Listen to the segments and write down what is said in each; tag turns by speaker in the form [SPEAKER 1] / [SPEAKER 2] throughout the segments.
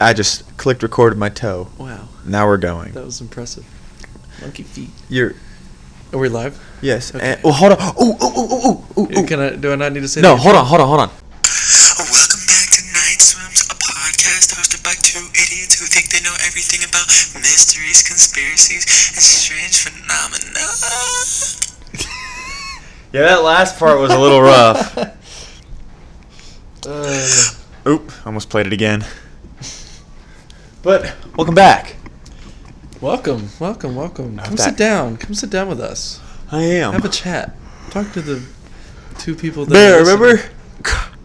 [SPEAKER 1] I just clicked record with my toe.
[SPEAKER 2] Wow,
[SPEAKER 1] Now we're going.
[SPEAKER 2] that was impressive. Monkey feet.
[SPEAKER 1] You're
[SPEAKER 2] Are we live?
[SPEAKER 1] yes.
[SPEAKER 2] Okay.
[SPEAKER 1] And, well, hold on. Oh, oh, oh, oh, oh,
[SPEAKER 2] Can I? Do I not need to say?
[SPEAKER 1] No,
[SPEAKER 2] that?
[SPEAKER 1] hold on, hold on, hold on.
[SPEAKER 3] Welcome back to Night Swims, a podcast hosted by two idiots who think they know everything about mysteries, conspiracies, and strange phenomena.
[SPEAKER 1] Yeah, that last part was a little rough.
[SPEAKER 2] Uh,
[SPEAKER 1] Oop, almost played it again. But welcome back.
[SPEAKER 2] welcome, welcome, welcome. Come
[SPEAKER 1] that- Um.
[SPEAKER 2] sit down. Come sit down with us.
[SPEAKER 1] I am.
[SPEAKER 2] Have a chat. Talk to the two people. That
[SPEAKER 1] Bear,
[SPEAKER 2] are listening.
[SPEAKER 1] remember?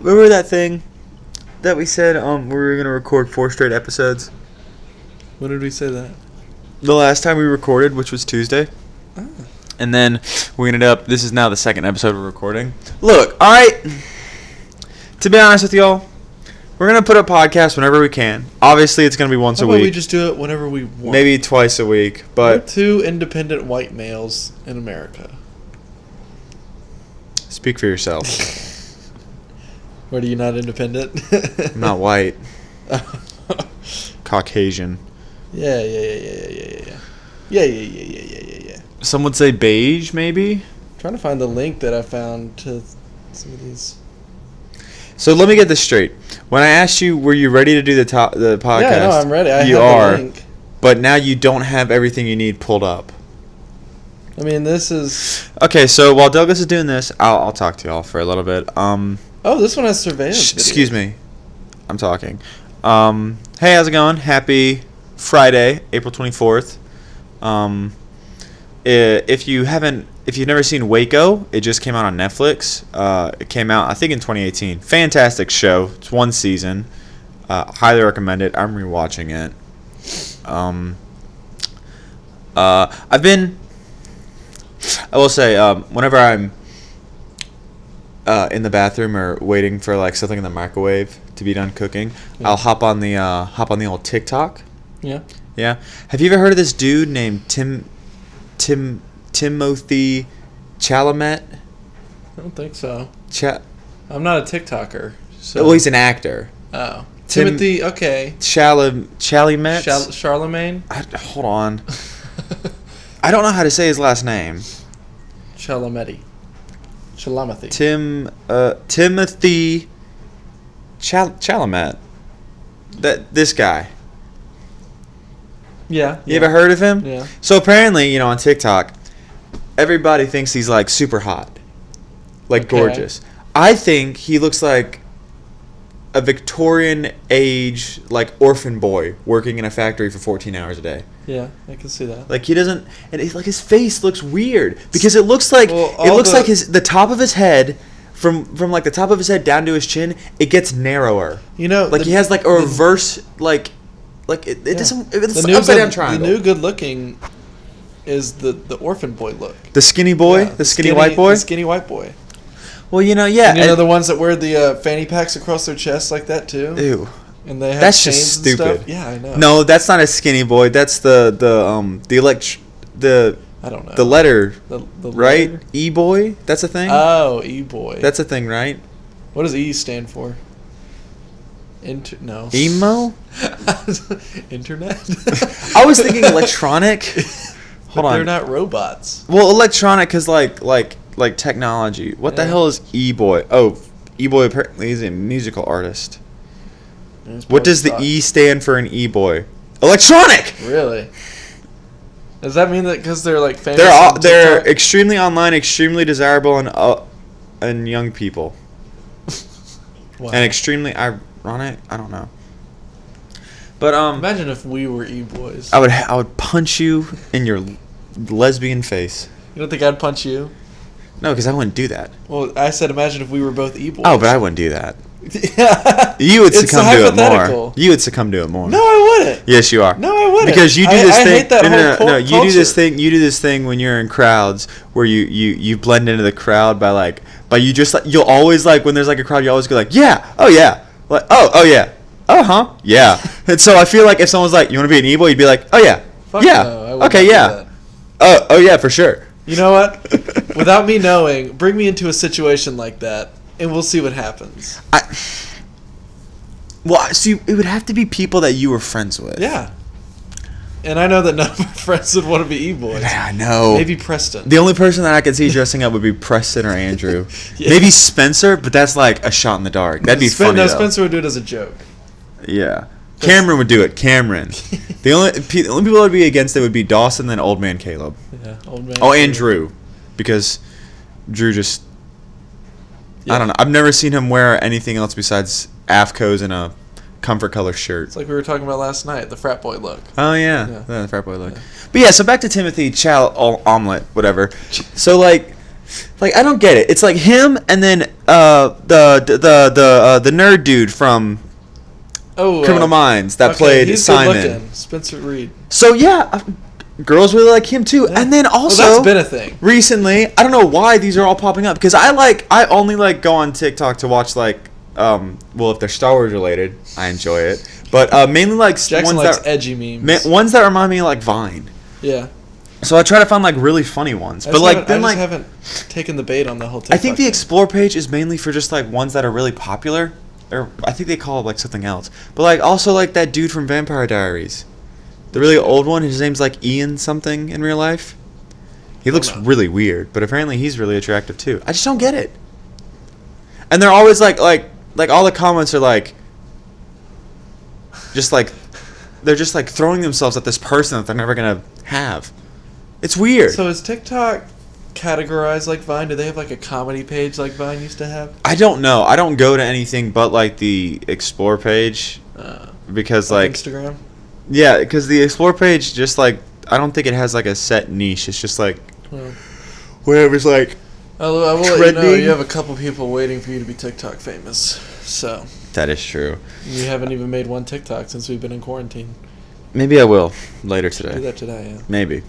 [SPEAKER 1] Remember that thing that we said um we were gonna record four straight episodes?
[SPEAKER 2] When did we say that?
[SPEAKER 1] The last time we recorded, which was Tuesday.
[SPEAKER 2] Ah.
[SPEAKER 1] And then we ended up. This is now the second episode we're recording. Look, all right. To be honest with y'all, we're gonna put up podcasts whenever we can. Obviously, it's gonna be once
[SPEAKER 2] How
[SPEAKER 1] a
[SPEAKER 2] about
[SPEAKER 1] week,
[SPEAKER 2] we just do it whenever we want?
[SPEAKER 1] maybe twice a week.
[SPEAKER 2] We're
[SPEAKER 1] But
[SPEAKER 2] two independent white males in America.
[SPEAKER 1] speak for yourself.
[SPEAKER 2] What are you not independent?
[SPEAKER 1] I'm not white,
[SPEAKER 2] yeah,
[SPEAKER 1] Caucasian.
[SPEAKER 2] yeah, yeah, yeah, yeah, yeah, yeah, yeah, yeah, yeah, yeah, yeah, yeah, yeah.
[SPEAKER 1] Some would say beige, maybe.
[SPEAKER 2] Trying to find the link that I found to some of these.
[SPEAKER 1] So let me get this straight. When I asked you, were you ready to do the top, the podcast?
[SPEAKER 2] yeah, no, I'm ready. I
[SPEAKER 1] you
[SPEAKER 2] have
[SPEAKER 1] are,
[SPEAKER 2] the link.
[SPEAKER 1] but now you don't have everything you need pulled up.
[SPEAKER 2] I mean, this is.
[SPEAKER 1] Okay, so while Douglas is doing this, I'll, I'll talk to y'all for a little bit. Um,
[SPEAKER 2] Oh, this one has surveillance.
[SPEAKER 1] sh- excuse me, I'm talking. Um, hey, how's it going? Happy Friday, April 24th. Um, i- if you haven't, if you've never seen Waco, it just came out on Netflix. Uh, it came out, I think, in 2018. Fantastic show. It's one season. Uh, highly recommend it. I'm rewatching it. Um, uh, I've been. I will say, um, whenever I'm uh, in the bathroom or waiting for like something in the microwave to be done cooking, I'll hop on the uh, hop on the old TikTok.
[SPEAKER 2] Yeah.
[SPEAKER 1] Yeah. Have you ever heard of this dude named Tim Tim Timothy Chalamet?
[SPEAKER 2] I don't think so.
[SPEAKER 1] Cha-
[SPEAKER 2] I'm not a TikToker. So.
[SPEAKER 1] well, he's an actor.
[SPEAKER 2] Oh.
[SPEAKER 1] Tim-
[SPEAKER 2] Timothy. Okay.
[SPEAKER 1] Chalam Chalamet.
[SPEAKER 2] Char- Charlemagne.
[SPEAKER 1] I, hold on. I don't know how to say his last name.
[SPEAKER 2] Chalametti. Chalamethy.
[SPEAKER 1] Tim uh, Timothy Chal- Chalamet. That this guy.
[SPEAKER 2] yeah.
[SPEAKER 1] You ever heard of him?
[SPEAKER 2] Yeah.
[SPEAKER 1] So apparently, you know, on TikTok, everybody thinks he's like super hot, like
[SPEAKER 2] Okay.
[SPEAKER 1] gorgeous. I think he looks like a Victorian age like orphan boy working in a factory for 14 hours a day.
[SPEAKER 2] Yeah. I can see that.
[SPEAKER 1] Like he doesn't, and it's like his face looks weird because it looks like
[SPEAKER 2] Well,
[SPEAKER 1] it
[SPEAKER 2] all
[SPEAKER 1] looks
[SPEAKER 2] the-
[SPEAKER 1] like his the top of his head. From, from like the top of his head down to his chin, it gets narrower.
[SPEAKER 2] You know,
[SPEAKER 1] Like
[SPEAKER 2] the-
[SPEAKER 1] he has like a
[SPEAKER 2] the-
[SPEAKER 1] reverse like, like it, it
[SPEAKER 2] Yeah.
[SPEAKER 1] doesn't. It's
[SPEAKER 2] The new
[SPEAKER 1] upside
[SPEAKER 2] good-
[SPEAKER 1] down triangle.
[SPEAKER 2] The new good looking is the the orphan boy look.
[SPEAKER 1] The skinny boy,
[SPEAKER 2] Yeah,
[SPEAKER 1] the, skinny, white boy.
[SPEAKER 2] the skinny white boy.
[SPEAKER 1] well, you know, yeah.
[SPEAKER 2] And you know
[SPEAKER 1] and-
[SPEAKER 2] the ones that wear the uh, fanny packs across their chests like that too.
[SPEAKER 1] ew,
[SPEAKER 2] And they have
[SPEAKER 1] that's just
[SPEAKER 2] chains and stuff?
[SPEAKER 1] stupid.
[SPEAKER 2] Yeah, I know.
[SPEAKER 1] no, that's not a skinny boy. That's the the um the elect the
[SPEAKER 2] I don't know.
[SPEAKER 1] the letter
[SPEAKER 2] the, the
[SPEAKER 1] right
[SPEAKER 2] letter?
[SPEAKER 1] e boy. That's a thing.
[SPEAKER 2] Oh, e boy.
[SPEAKER 1] that's a thing, right?
[SPEAKER 2] what does e stand for? Inter no.
[SPEAKER 1] Emo.
[SPEAKER 2] Internet.
[SPEAKER 1] I was thinking electronic. Hold
[SPEAKER 2] but
[SPEAKER 1] on.
[SPEAKER 2] They're not robots.
[SPEAKER 1] well, electronic is like like like technology. What the
[SPEAKER 2] Yeah.
[SPEAKER 1] hell is e boy? Oh, e boy apparently is a musical artist.
[SPEAKER 2] It's
[SPEAKER 1] What does the
[SPEAKER 2] probably
[SPEAKER 1] e stand for in e boy? Electronic.
[SPEAKER 2] not- Really? Does that mean that because they're like famous?
[SPEAKER 1] They're all,
[SPEAKER 2] on
[SPEAKER 1] they're
[SPEAKER 2] TikTok?
[SPEAKER 1] extremely online, extremely desirable, and uh, and young people,
[SPEAKER 2] Wow.
[SPEAKER 1] and extremely ironic. I don't know. But um,
[SPEAKER 2] Imagine if we were e boys.
[SPEAKER 1] I would I would punch you in your lesbian face.
[SPEAKER 2] You don't think I'd punch you?
[SPEAKER 1] No, because I wouldn't do that.
[SPEAKER 2] Well, I said imagine if we were both e boys.
[SPEAKER 1] Oh, but I wouldn't do that.
[SPEAKER 2] yeah.
[SPEAKER 1] You would
[SPEAKER 2] It's
[SPEAKER 1] succumb to it more.
[SPEAKER 2] hypothetical.
[SPEAKER 1] You would succumb to it more.
[SPEAKER 2] No, I wouldn't.
[SPEAKER 1] Yes, you are.
[SPEAKER 2] No, I wouldn't.
[SPEAKER 1] Because you do
[SPEAKER 2] I-
[SPEAKER 1] this
[SPEAKER 2] I
[SPEAKER 1] thing.
[SPEAKER 2] hate that
[SPEAKER 1] no, no,
[SPEAKER 2] whole
[SPEAKER 1] no, no,
[SPEAKER 2] cult-
[SPEAKER 1] you do this
[SPEAKER 2] culture.
[SPEAKER 1] thing. You do this thing when you're in crowds where you you you blend into the crowd by like by you just like you'll always like when there's like a crowd you always go like yeah oh yeah like oh oh yeah oh huh yeah and so I feel like if someone's like you want to be an evil you'd be like oh yeah
[SPEAKER 2] Fuck
[SPEAKER 1] yeah
[SPEAKER 2] no, I would not
[SPEAKER 1] okay
[SPEAKER 2] do
[SPEAKER 1] yeah
[SPEAKER 2] that.
[SPEAKER 1] oh oh yeah for sure
[SPEAKER 2] You know what? Without me knowing, bring me into a situation like that, and we'll see what happens.
[SPEAKER 1] I Well, so you, it would have to be people that you were friends with.
[SPEAKER 2] Yeah. And I know that none of my friends would want to be e-boys.
[SPEAKER 1] Yeah, I know.
[SPEAKER 2] Maybe Preston.
[SPEAKER 1] The only person that I could see dressing up would be Preston or Andrew.
[SPEAKER 2] Yeah.
[SPEAKER 1] Maybe Spencer, but that's like a shot in the dark. That'd be
[SPEAKER 2] Spen-
[SPEAKER 1] funny.
[SPEAKER 2] No,
[SPEAKER 1] though.
[SPEAKER 2] Spencer would do it as a joke.
[SPEAKER 1] Yeah. Cameron would do it. Cameron. the only pe- the only people that would be against it would be Dawson, then Old Man Caleb.
[SPEAKER 2] Yeah, old man.
[SPEAKER 1] Oh, and Drew, because Drew just. I
[SPEAKER 2] Yeah.
[SPEAKER 1] don't know. I've never seen him wear anything else besides Afco's and a comfort color shirt.
[SPEAKER 2] It's like we were talking about last night, the frat boy look.
[SPEAKER 1] Oh yeah,
[SPEAKER 2] Yeah.
[SPEAKER 1] the frat boy look. But yeah, so back to Timothy Chal o- omelet, whatever. So like, like I don't get it. It's like him and then uh the the the uh, the nerd dude from
[SPEAKER 2] Oh, uh,
[SPEAKER 1] Criminal Minds that
[SPEAKER 2] okay,
[SPEAKER 1] played
[SPEAKER 2] he's good
[SPEAKER 1] Simon.
[SPEAKER 2] looking. Spencer Reed.
[SPEAKER 1] So yeah, I- girls really like him too. And then also
[SPEAKER 2] well, that's been a thing.
[SPEAKER 1] recently. I don't know why these are all popping up because I like I only like go on TikTok to watch like um well if they're Star Wars related I enjoy it but uh, mainly like s-
[SPEAKER 2] Jackson
[SPEAKER 1] ones
[SPEAKER 2] likes
[SPEAKER 1] that
[SPEAKER 2] edgy memes.
[SPEAKER 1] ma- ones that remind me of, like Vine.
[SPEAKER 2] yeah,
[SPEAKER 1] So I try to find like really funny ones,
[SPEAKER 2] I
[SPEAKER 1] but
[SPEAKER 2] just
[SPEAKER 1] like
[SPEAKER 2] haven't-
[SPEAKER 1] then
[SPEAKER 2] I
[SPEAKER 1] like
[SPEAKER 2] just haven't taken the bait on the whole. TikTok
[SPEAKER 1] I think the
[SPEAKER 2] thing.
[SPEAKER 1] explore page is mainly for just like ones that are really popular, or I think they call it like something else. But like also like that dude from Vampire Diaries, the really old one. His name's like Ian something in real life. He looks
[SPEAKER 2] know.
[SPEAKER 1] really weird, but apparently he's really attractive too. I just don't get it. And they're always like like like all the comments are like just like they're just like throwing themselves at this person that they're never gonna have. It's weird.
[SPEAKER 2] So is TikTok categorized like Vine? Do they have like a comedy page like Vine used to have?
[SPEAKER 1] I don't know. I don't go to anything but like the explore page
[SPEAKER 2] Uh,
[SPEAKER 1] because
[SPEAKER 2] like
[SPEAKER 1] like
[SPEAKER 2] Instagram.
[SPEAKER 1] yeah, because the explore page just like I don't think it has like a set niche. It's just like
[SPEAKER 2] Well,
[SPEAKER 1] whatever's like
[SPEAKER 2] I will, I will let you know
[SPEAKER 1] Trending.
[SPEAKER 2] you have a couple people waiting for you to be TikTok famous. So
[SPEAKER 1] that is true.
[SPEAKER 2] you haven't even made one TikTok since we've been in quarantine.
[SPEAKER 1] Maybe I will later
[SPEAKER 2] Do
[SPEAKER 1] today.
[SPEAKER 2] that today. Yeah.
[SPEAKER 1] Maybe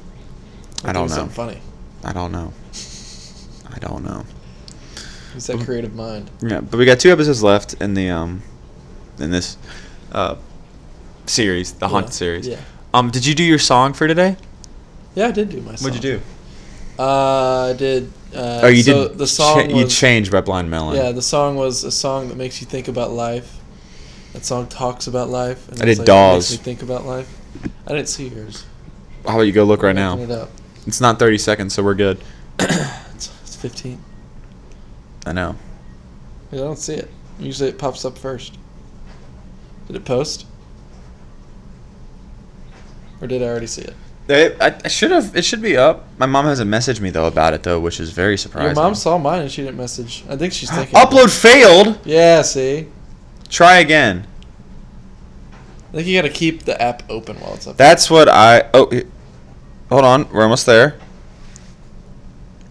[SPEAKER 1] I
[SPEAKER 2] do
[SPEAKER 1] don't know.
[SPEAKER 2] Something funny.
[SPEAKER 1] I don't know. I don't know.
[SPEAKER 2] Use
[SPEAKER 1] Mm-hmm.
[SPEAKER 2] that creative mind.
[SPEAKER 1] Yeah, but we got two episodes left in the um in this uh series, the haunted
[SPEAKER 2] Yeah,
[SPEAKER 1] series.
[SPEAKER 2] Yeah.
[SPEAKER 1] Um, did you do your song for today?
[SPEAKER 2] Yeah, I did do my song.
[SPEAKER 1] What'd you do?
[SPEAKER 2] do? Uh, I did. Uh,
[SPEAKER 1] oh, you
[SPEAKER 2] so
[SPEAKER 1] did.
[SPEAKER 2] The song
[SPEAKER 1] cha-
[SPEAKER 2] was,
[SPEAKER 1] you changed by Blind Melon.
[SPEAKER 2] Yeah, the song was a song that makes you think about life. That song talks about life. And
[SPEAKER 1] I did
[SPEAKER 2] it's like, it
[SPEAKER 1] Dawes.
[SPEAKER 2] Makes me think about life. I didn't see yours.
[SPEAKER 1] How about you go look right now?
[SPEAKER 2] Open it up.
[SPEAKER 1] It's not 30 seconds, so we're good.
[SPEAKER 2] It's, it's 15.
[SPEAKER 1] I know.
[SPEAKER 2] I don't see it. Usually it pops up first. Did it post? Or did I already see it?
[SPEAKER 1] It, I, I should have. It should be up. My mom hasn't messaged me though about it though, which is very surprising. Ah,
[SPEAKER 2] Your mom saw mine and she didn't message. I think she's thinking.
[SPEAKER 1] upload failed.
[SPEAKER 2] Yeah, see?
[SPEAKER 1] Try again.
[SPEAKER 2] I think you gotta keep the app open while it's up.
[SPEAKER 1] That's what I. Oh, it- hold on. We're almost there.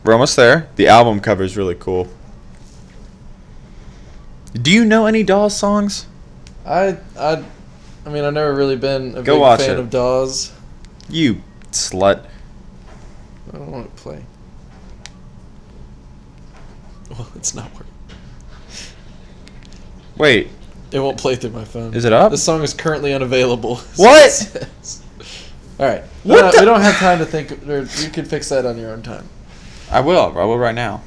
[SPEAKER 1] We're almost there. The album cover is really cool. Do you know any Dawes songs?
[SPEAKER 2] I, I, I mean, I've never really been a
[SPEAKER 1] Go
[SPEAKER 2] big
[SPEAKER 1] watch
[SPEAKER 2] fan
[SPEAKER 1] it.
[SPEAKER 2] of Dawes.
[SPEAKER 1] You slut.
[SPEAKER 2] I don't want to play. Well, it's not working.
[SPEAKER 1] Wait.
[SPEAKER 2] It won't play through my phone.
[SPEAKER 1] Is it up?
[SPEAKER 2] The song is currently unavailable. is
[SPEAKER 1] What?
[SPEAKER 2] it says. All right.
[SPEAKER 1] What
[SPEAKER 2] What
[SPEAKER 1] the-
[SPEAKER 2] we don't have time to think. Or you can fix that on your own time.
[SPEAKER 1] I will. I will right now.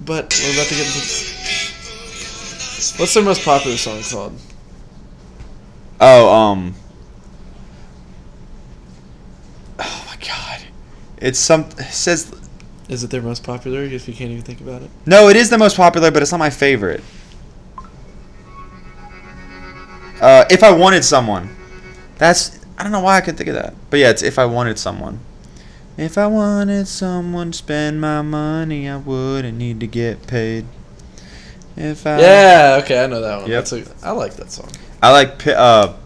[SPEAKER 2] But we're about to get into. What's their most popular song called?
[SPEAKER 1] Oh, um. Oh my god. It's some it says
[SPEAKER 2] Is it their most popular? If you can't even think about it.
[SPEAKER 1] No, it is the most popular, but it's not my favorite. Uh, if I wanted someone. That's I don't know why I could think of that. But yeah, it's if I wanted someone. If I wanted someone to spend my money, I wouldn't need to get paid. If I
[SPEAKER 2] yeah. Okay, I know that one.
[SPEAKER 1] Uh, Yep.
[SPEAKER 2] That's a, I like that song.
[SPEAKER 1] I like pi- uh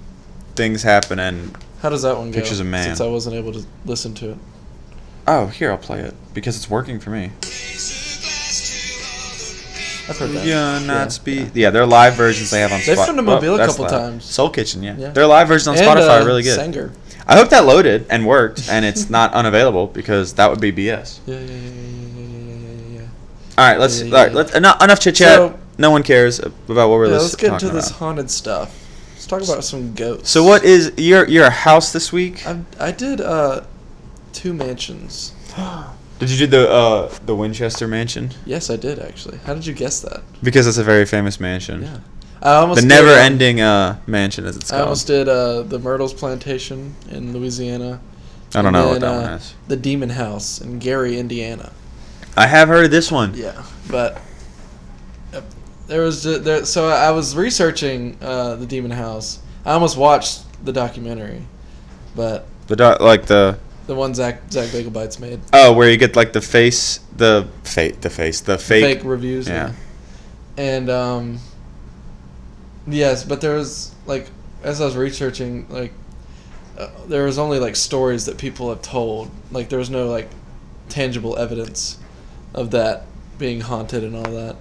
[SPEAKER 1] things happening.
[SPEAKER 2] How does that one go?
[SPEAKER 1] Pictures of Man.
[SPEAKER 2] Since I wasn't able to listen to it.
[SPEAKER 1] Oh, here I'll play it because it's working for me.
[SPEAKER 2] I've heard that.
[SPEAKER 1] Yeah,
[SPEAKER 2] Yeah.
[SPEAKER 1] not speak. Yeah. their live versions they have on.
[SPEAKER 2] They've
[SPEAKER 1] Spot-
[SPEAKER 2] come to Mobile a
[SPEAKER 1] that's
[SPEAKER 2] couple
[SPEAKER 1] loud.
[SPEAKER 2] times.
[SPEAKER 1] Soul Kitchen, yeah.
[SPEAKER 2] Yeah.
[SPEAKER 1] Their live versions on
[SPEAKER 2] And,
[SPEAKER 1] Spotify
[SPEAKER 2] uh,
[SPEAKER 1] are really good.
[SPEAKER 2] Sanger.
[SPEAKER 1] I hope that loaded and worked, and it's not unavailable because that would be BS.
[SPEAKER 2] Yeah, yeah, yeah, yeah, yeah, yeah, yeah, yeah, yeah.
[SPEAKER 1] All right, let's.
[SPEAKER 2] Yeah,
[SPEAKER 1] All
[SPEAKER 2] yeah,
[SPEAKER 1] right,
[SPEAKER 2] yeah.
[SPEAKER 1] let's. Enough, enough chit chat.
[SPEAKER 2] So-
[SPEAKER 1] no one cares about what we're
[SPEAKER 2] Yeah,
[SPEAKER 1] lis-
[SPEAKER 2] let's get
[SPEAKER 1] talking
[SPEAKER 2] into this
[SPEAKER 1] about.
[SPEAKER 2] haunted stuff. Let's talk about some ghosts.
[SPEAKER 1] So what is your your house this week?
[SPEAKER 2] I I did uh, two mansions.
[SPEAKER 1] Did you do the uh, the Winchester Mansion?
[SPEAKER 2] Yes, I did actually. How did you guess that? Hmm.
[SPEAKER 1] Because it's a very famous mansion.
[SPEAKER 2] Yeah, I almost
[SPEAKER 1] the
[SPEAKER 2] did,
[SPEAKER 1] never
[SPEAKER 2] um,
[SPEAKER 1] ending uh, mansion, as it's
[SPEAKER 2] I
[SPEAKER 1] called. I,
[SPEAKER 2] almost did uh, the Myrtles Plantation in Louisiana.
[SPEAKER 1] don't
[SPEAKER 2] and
[SPEAKER 1] know what that
[SPEAKER 2] then, uh,
[SPEAKER 1] one is.
[SPEAKER 2] The Demon House in Gary, Indiana.
[SPEAKER 1] I have heard of this one.
[SPEAKER 2] Yeah, but uh, there was ju- there. So I was researching uh, the Demon House. I almost watched the documentary, but
[SPEAKER 1] The doc, like the
[SPEAKER 2] the one Zach Zach Bagelbites made
[SPEAKER 1] oh, where you get like the face, the fake, the face, the fake.
[SPEAKER 2] fake reviews.
[SPEAKER 1] yeah.
[SPEAKER 2] and um yes but there was like as i was researching like uh, there was only like stories that people have told like there was no like tangible evidence of that being haunted and all that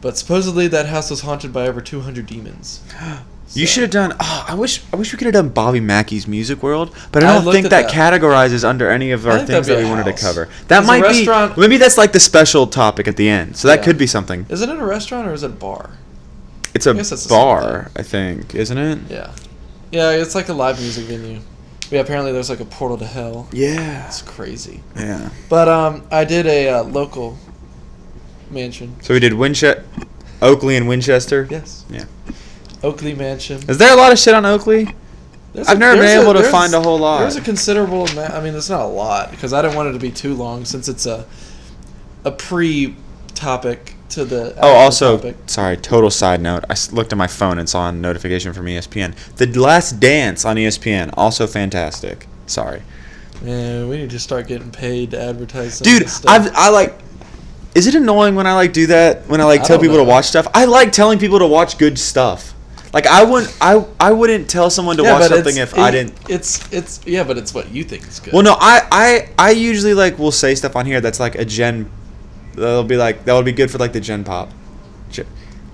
[SPEAKER 2] but supposedly that house was haunted by over 200 demons
[SPEAKER 1] You
[SPEAKER 2] So-
[SPEAKER 1] should have done. Oh, I wish. I wish we could have done Bobby Mackey's Music World, but
[SPEAKER 2] I
[SPEAKER 1] I don't
[SPEAKER 2] looked
[SPEAKER 1] think
[SPEAKER 2] at
[SPEAKER 1] that,
[SPEAKER 2] that.
[SPEAKER 1] categorizes under any of our
[SPEAKER 2] think
[SPEAKER 1] things that
[SPEAKER 2] that'd
[SPEAKER 1] we
[SPEAKER 2] be a
[SPEAKER 1] wanted to
[SPEAKER 2] house.
[SPEAKER 1] cover. That
[SPEAKER 2] It's a
[SPEAKER 1] might be.
[SPEAKER 2] restaurant-
[SPEAKER 1] Maybe that's like the special topic at the end. So that
[SPEAKER 2] Yeah.
[SPEAKER 1] could be something.
[SPEAKER 2] is it in a restaurant or is it a bar
[SPEAKER 1] It's a
[SPEAKER 2] guess that's the same
[SPEAKER 1] bar, I think, isn't it?
[SPEAKER 2] yeah yeah it's like a live music venue yeah apparently there's like a portal to hell
[SPEAKER 1] Yeah.
[SPEAKER 2] it's crazy
[SPEAKER 1] Yeah.
[SPEAKER 2] but um i did a uh, local mansion
[SPEAKER 1] So we did Winchester, Oakley, and Winchester.
[SPEAKER 2] yes
[SPEAKER 1] Yeah.
[SPEAKER 2] oakley mansion
[SPEAKER 1] Is there a lot of shit on Oakley?
[SPEAKER 2] There's
[SPEAKER 1] I've never been
[SPEAKER 2] there's
[SPEAKER 1] able to
[SPEAKER 2] there's-
[SPEAKER 1] find a whole lot.
[SPEAKER 2] There's a considerable amount. I mean, it's not a lot because I didn't want it to be too long since it's a a pre-topic to the.
[SPEAKER 1] Oh,
[SPEAKER 2] actual
[SPEAKER 1] also,
[SPEAKER 2] topic.
[SPEAKER 1] sorry, total side note. I s- looked at my phone and saw a notification from E ESPN. The Last Dance on E ESPN, also fantastic. Sorry.
[SPEAKER 2] Man, we need to start getting paid to advertise. Some of
[SPEAKER 1] Dude,
[SPEAKER 2] this stuff.
[SPEAKER 1] I've, I like. Is it annoying when I like do that? When I like
[SPEAKER 2] I
[SPEAKER 1] tell
[SPEAKER 2] don't
[SPEAKER 1] people
[SPEAKER 2] know.
[SPEAKER 1] to watch stuff? I like telling people to watch good stuff. Like I wouldn't, I I wouldn't tell someone to
[SPEAKER 2] Yeah,
[SPEAKER 1] watch
[SPEAKER 2] but
[SPEAKER 1] something
[SPEAKER 2] it's-
[SPEAKER 1] if I
[SPEAKER 2] it-
[SPEAKER 1] didn't.
[SPEAKER 2] It's it's yeah, but it's what you think is good.
[SPEAKER 1] Well, no, I I I usually like will say stuff on here that's like a gen. That'll be like that would be good for like the gen pop. Ge-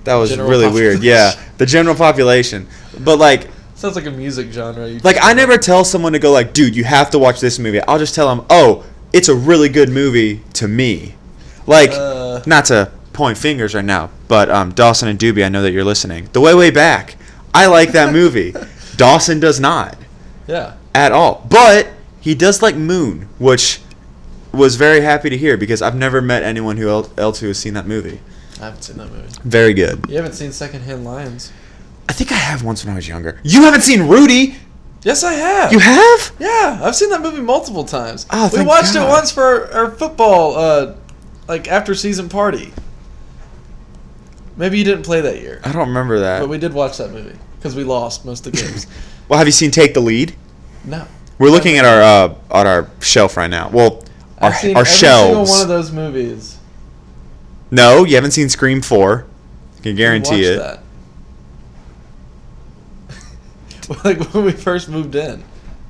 [SPEAKER 1] That was
[SPEAKER 2] General
[SPEAKER 1] really weird.
[SPEAKER 2] population.
[SPEAKER 1] Yeah, the general population. But like
[SPEAKER 2] sounds like a music genre. You
[SPEAKER 1] Like I never tell someone to go like, dude, you have to watch this movie. I'll just tell them, oh, it's a really good movie to me. Like,
[SPEAKER 2] Uh.
[SPEAKER 1] not to point fingers right now, but um, Dawson and Doobie, I know that you're listening. The way way back, I like that movie. Dawson does not
[SPEAKER 2] yeah.
[SPEAKER 1] at all, but he does like Moon, which was very happy to hear because I've never met anyone who el- else who has seen that movie.
[SPEAKER 2] I haven't seen that movie.
[SPEAKER 1] Very good.
[SPEAKER 2] You haven't seen Secondhand Lions?
[SPEAKER 1] I think I have once when I was younger. You haven't seen Rudy?
[SPEAKER 2] Yes, I have.
[SPEAKER 1] You have?
[SPEAKER 2] Yeah, I've seen that movie multiple times.
[SPEAKER 1] Oh,
[SPEAKER 2] we
[SPEAKER 1] thank
[SPEAKER 2] watched
[SPEAKER 1] God.
[SPEAKER 2] it once for our, our football, uh, like after season party. Maybe you didn't play that year,
[SPEAKER 1] I don't remember that.
[SPEAKER 2] but we did watch that movie because we lost most of the games.
[SPEAKER 1] well, have you seen Take the Lead?
[SPEAKER 2] no,
[SPEAKER 1] We're looking at our uh, at our shelf right now. Well, our,
[SPEAKER 2] I've seen
[SPEAKER 1] our
[SPEAKER 2] every single
[SPEAKER 1] shelves.
[SPEAKER 2] one of those movies.
[SPEAKER 1] no, you haven't seen Scream Four. I can
[SPEAKER 2] We
[SPEAKER 1] guarantee
[SPEAKER 2] watched
[SPEAKER 1] it.
[SPEAKER 2] That. like when we first moved in,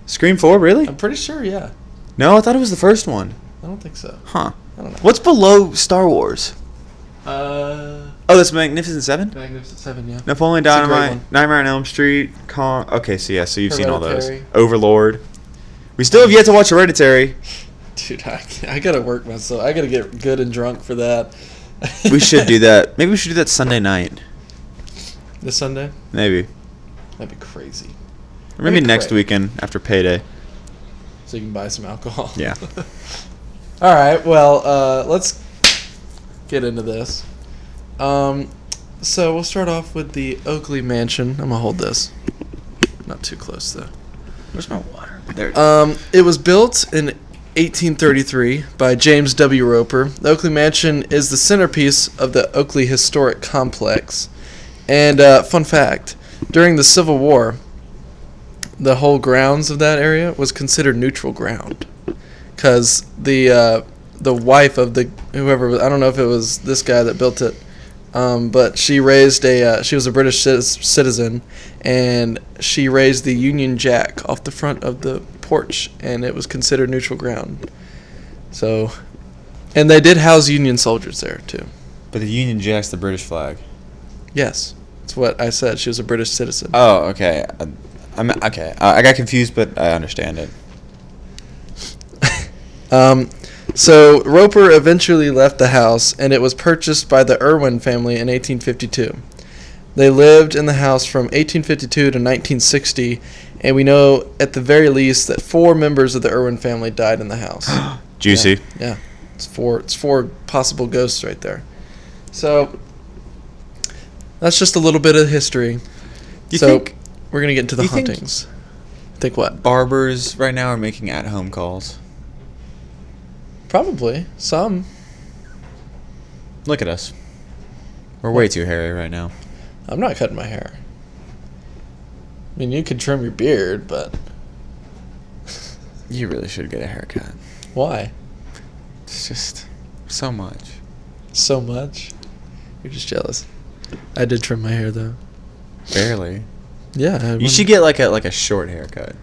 [SPEAKER 1] Scream Four, really?
[SPEAKER 2] I'm pretty sure. Yeah,
[SPEAKER 1] No, I thought it was the first one.
[SPEAKER 2] I don't think so.
[SPEAKER 1] Huh?
[SPEAKER 2] I don't know.
[SPEAKER 1] What's below Star Wars?
[SPEAKER 2] Uh,
[SPEAKER 1] Oh, that's Magnificent Seven.
[SPEAKER 2] Magnificent Seven. Yeah.
[SPEAKER 1] Napoleon
[SPEAKER 2] It's a great
[SPEAKER 1] Dynamite,
[SPEAKER 2] one.
[SPEAKER 1] Nightmare on Elm Street, Con. Okay, so yeah, so you've seen all those.
[SPEAKER 2] Hereditary.
[SPEAKER 1] Overlord. We still have yet to watch Hereditary.
[SPEAKER 2] Dude, I, I gotta work myself. I gotta get good and drunk for that.
[SPEAKER 1] We should do that. Maybe we should do that Sunday night.
[SPEAKER 2] This Sunday?
[SPEAKER 1] Maybe.
[SPEAKER 2] That'd be crazy.
[SPEAKER 1] Or maybe
[SPEAKER 2] Maybe
[SPEAKER 1] next
[SPEAKER 2] Craig.
[SPEAKER 1] weekend after payday.
[SPEAKER 2] So you can buy some alcohol.
[SPEAKER 1] Yeah.
[SPEAKER 2] All right. Well, uh, let's get into this. Um, so we'll start off with the Oakley Mansion. I'm gonna hold this. Not too close though.
[SPEAKER 1] Where's my water? There.
[SPEAKER 2] Um, it was built in 1833 by James W. Roper. The Oakley Mansion is the centerpiece of the Oakley Historic Complex. And uh, fun fact during the Civil War, the whole grounds of that area was considered neutral ground because the uh, the wife of the whoever I don't know if it was this guy that built it, um, but she raised a uh, she was a British citi- citizen, and she raised the Union Jack off the front of the porch, and it was considered neutral ground. So, and they did house Union soldiers there too.
[SPEAKER 1] But the Union Jack's the British flag.
[SPEAKER 2] Yes, that's what I said. She was a British citizen.
[SPEAKER 1] Oh, okay. I- I'm okay. I I got confused, but I understand it.
[SPEAKER 2] Um, so Roper eventually left the house, and it was purchased by the Irwin family in 1852. They lived in the house from 1852 to 1960, and we know at the very least that four members of the Irwin family died in the house.
[SPEAKER 1] Juicy.
[SPEAKER 2] Yeah, it's four. It's four possible ghosts right there. So, That's just a little bit of history.
[SPEAKER 1] You
[SPEAKER 2] so
[SPEAKER 1] think
[SPEAKER 2] we're gonna get into the
[SPEAKER 1] you think-
[SPEAKER 2] hauntings. Think what?
[SPEAKER 1] barbers right now are making at-home calls?
[SPEAKER 2] Probably some.
[SPEAKER 1] Look at us. We're way too hairy right now.
[SPEAKER 2] I'm not cutting my hair. I mean, you could trim your beard, but
[SPEAKER 1] You really should get a haircut.
[SPEAKER 2] why?
[SPEAKER 1] It's just so much.
[SPEAKER 2] So much? You're just jealous. I did trim my hair though.
[SPEAKER 1] Barely.
[SPEAKER 2] Yeah. I
[SPEAKER 1] You should get like a like a short haircut.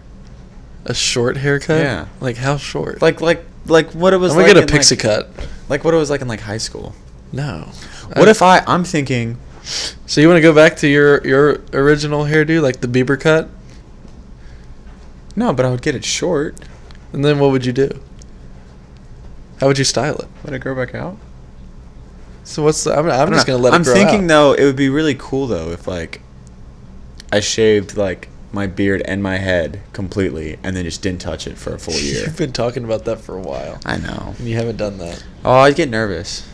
[SPEAKER 2] a short haircut.
[SPEAKER 1] Yeah.
[SPEAKER 2] Like how short?
[SPEAKER 1] Like like like what it was
[SPEAKER 2] I'm gonna
[SPEAKER 1] like
[SPEAKER 2] get a
[SPEAKER 1] in,
[SPEAKER 2] pixie
[SPEAKER 1] like,
[SPEAKER 2] cut.
[SPEAKER 1] Like what it was like in like high school.
[SPEAKER 2] No.
[SPEAKER 1] What
[SPEAKER 2] I-
[SPEAKER 1] if I I'm thinking
[SPEAKER 2] So you want to go back to your your original hairdo, like the Bieber cut,
[SPEAKER 1] no, but I would get it short.
[SPEAKER 2] and then what would you do? How would you style it?
[SPEAKER 1] Let it grow back out.
[SPEAKER 2] So what's the? I'm, I'm just gonna let
[SPEAKER 1] I'm
[SPEAKER 2] it grow
[SPEAKER 1] thinking
[SPEAKER 2] out.
[SPEAKER 1] though it would be really cool though if like I shaved like my beard and my head completely and then just didn't touch it for a full year.
[SPEAKER 2] You've been talking about that for a while,
[SPEAKER 1] I know.
[SPEAKER 2] and you haven't done that.
[SPEAKER 1] Oh, I'd get nervous.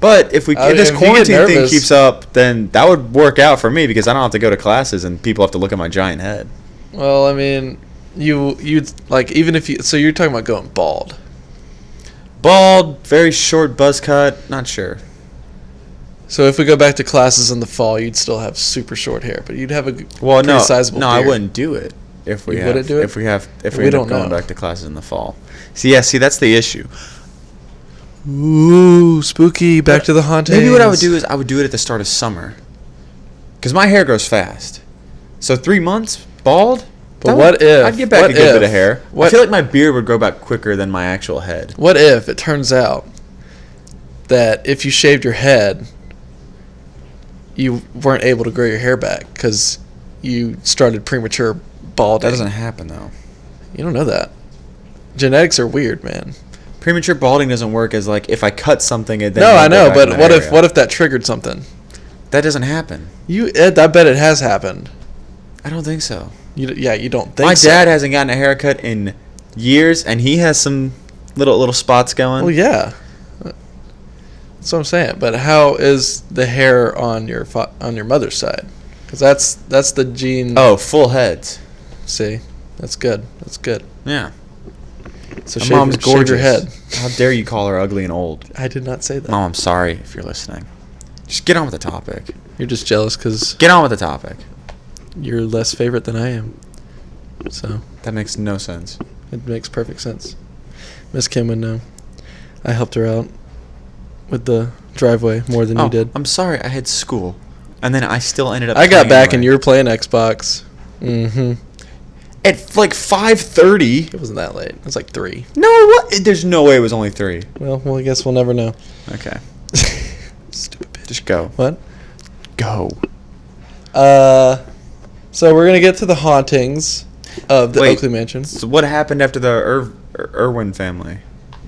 [SPEAKER 1] But if we
[SPEAKER 2] I-
[SPEAKER 1] if this
[SPEAKER 2] Uh, if you get
[SPEAKER 1] quarantine thing
[SPEAKER 2] nervous-
[SPEAKER 1] keeps up, then that would work out for me because I don't have to go to classes and people have to look at my giant head.
[SPEAKER 2] Well, I mean, you you like even if you so you're talking about going bald.
[SPEAKER 1] Bald, very short buzz cut. Not sure.
[SPEAKER 2] So if we go back to classes in the fall, you'd still have super short hair, but you'd have a g-
[SPEAKER 1] Well,
[SPEAKER 2] pretty
[SPEAKER 1] no,
[SPEAKER 2] sizable
[SPEAKER 1] no, I
[SPEAKER 2] beard.
[SPEAKER 1] wouldn't do it if we
[SPEAKER 2] You
[SPEAKER 1] have,
[SPEAKER 2] wouldn't do it?
[SPEAKER 1] if we have if we,
[SPEAKER 2] We
[SPEAKER 1] end up
[SPEAKER 2] don't
[SPEAKER 1] going
[SPEAKER 2] know.
[SPEAKER 1] back to classes in the fall. See, yeah, see, that's the issue.
[SPEAKER 2] Ooh, spooky! Back to the haunting.
[SPEAKER 1] Maybe what I would do is I would do it at the start of summer, because my hair grows fast. So three months bald.
[SPEAKER 2] But
[SPEAKER 1] that
[SPEAKER 2] what
[SPEAKER 1] would-
[SPEAKER 2] if-
[SPEAKER 1] I'd get back
[SPEAKER 2] what
[SPEAKER 1] a good bit
[SPEAKER 2] if-
[SPEAKER 1] of hair? I
[SPEAKER 2] what-
[SPEAKER 1] feel like my beard would grow back quicker than my actual head.
[SPEAKER 2] What if it turns out that if you shaved your head, you weren't able to grow your hair back because you started premature balding?
[SPEAKER 1] That doesn't happen though.
[SPEAKER 2] You don't know that. Genetics are weird, man.
[SPEAKER 1] Premature balding doesn't work as like if I cut something. It then
[SPEAKER 2] no,
[SPEAKER 1] will
[SPEAKER 2] I
[SPEAKER 1] grow
[SPEAKER 2] know,
[SPEAKER 1] back in
[SPEAKER 2] but
[SPEAKER 1] that
[SPEAKER 2] what if
[SPEAKER 1] area.
[SPEAKER 2] what if that triggered something?
[SPEAKER 1] that doesn't happen?
[SPEAKER 2] You, Ed, I bet it has happened.
[SPEAKER 1] I don't think so.
[SPEAKER 2] You, d- yeah, you don't think
[SPEAKER 1] My
[SPEAKER 2] so.
[SPEAKER 1] dad hasn't gotten a haircut in years, and he has some little little spots going.
[SPEAKER 2] Well, yeah. That's what I'm saying. But how is the hair on your fa- on your mother's side? Because that's that's the gene.
[SPEAKER 1] Oh, full heads.
[SPEAKER 2] see, that's good. That's good.
[SPEAKER 1] Yeah.
[SPEAKER 2] So
[SPEAKER 1] My
[SPEAKER 2] shave,
[SPEAKER 1] mom's
[SPEAKER 2] your- shave
[SPEAKER 1] gorgeous.
[SPEAKER 2] your head.
[SPEAKER 1] How dare you call her ugly and old?
[SPEAKER 2] I did not say that.
[SPEAKER 1] Mom, I'm sorry if you're listening. Just get on with the topic.
[SPEAKER 2] You're just jealous because
[SPEAKER 1] Get on with the topic.
[SPEAKER 2] you're less favorite than I am. So
[SPEAKER 1] That makes no sense.
[SPEAKER 2] it makes perfect sense. Miss Kim would know. I helped her out with the driveway more than you did.
[SPEAKER 1] Oh. I'm sorry. I had school, and then I still ended up.
[SPEAKER 2] I got
[SPEAKER 1] playing
[SPEAKER 2] back and
[SPEAKER 1] anyway.
[SPEAKER 2] you were playing Xbox. Mm-hmm.
[SPEAKER 1] at like 5:30.
[SPEAKER 2] It wasn't that late. It was like three.
[SPEAKER 1] No, what? There's no way it was only three.
[SPEAKER 2] Well, well, I guess we'll never know.
[SPEAKER 1] Okay,
[SPEAKER 2] Stupid bitch.
[SPEAKER 1] just go.
[SPEAKER 2] What?
[SPEAKER 1] Go.
[SPEAKER 2] Uh, so we're gonna get to the hauntings of the
[SPEAKER 1] Wait.
[SPEAKER 2] Oakley Mansion.
[SPEAKER 1] So what happened after the Ir- Ir- Irwin family?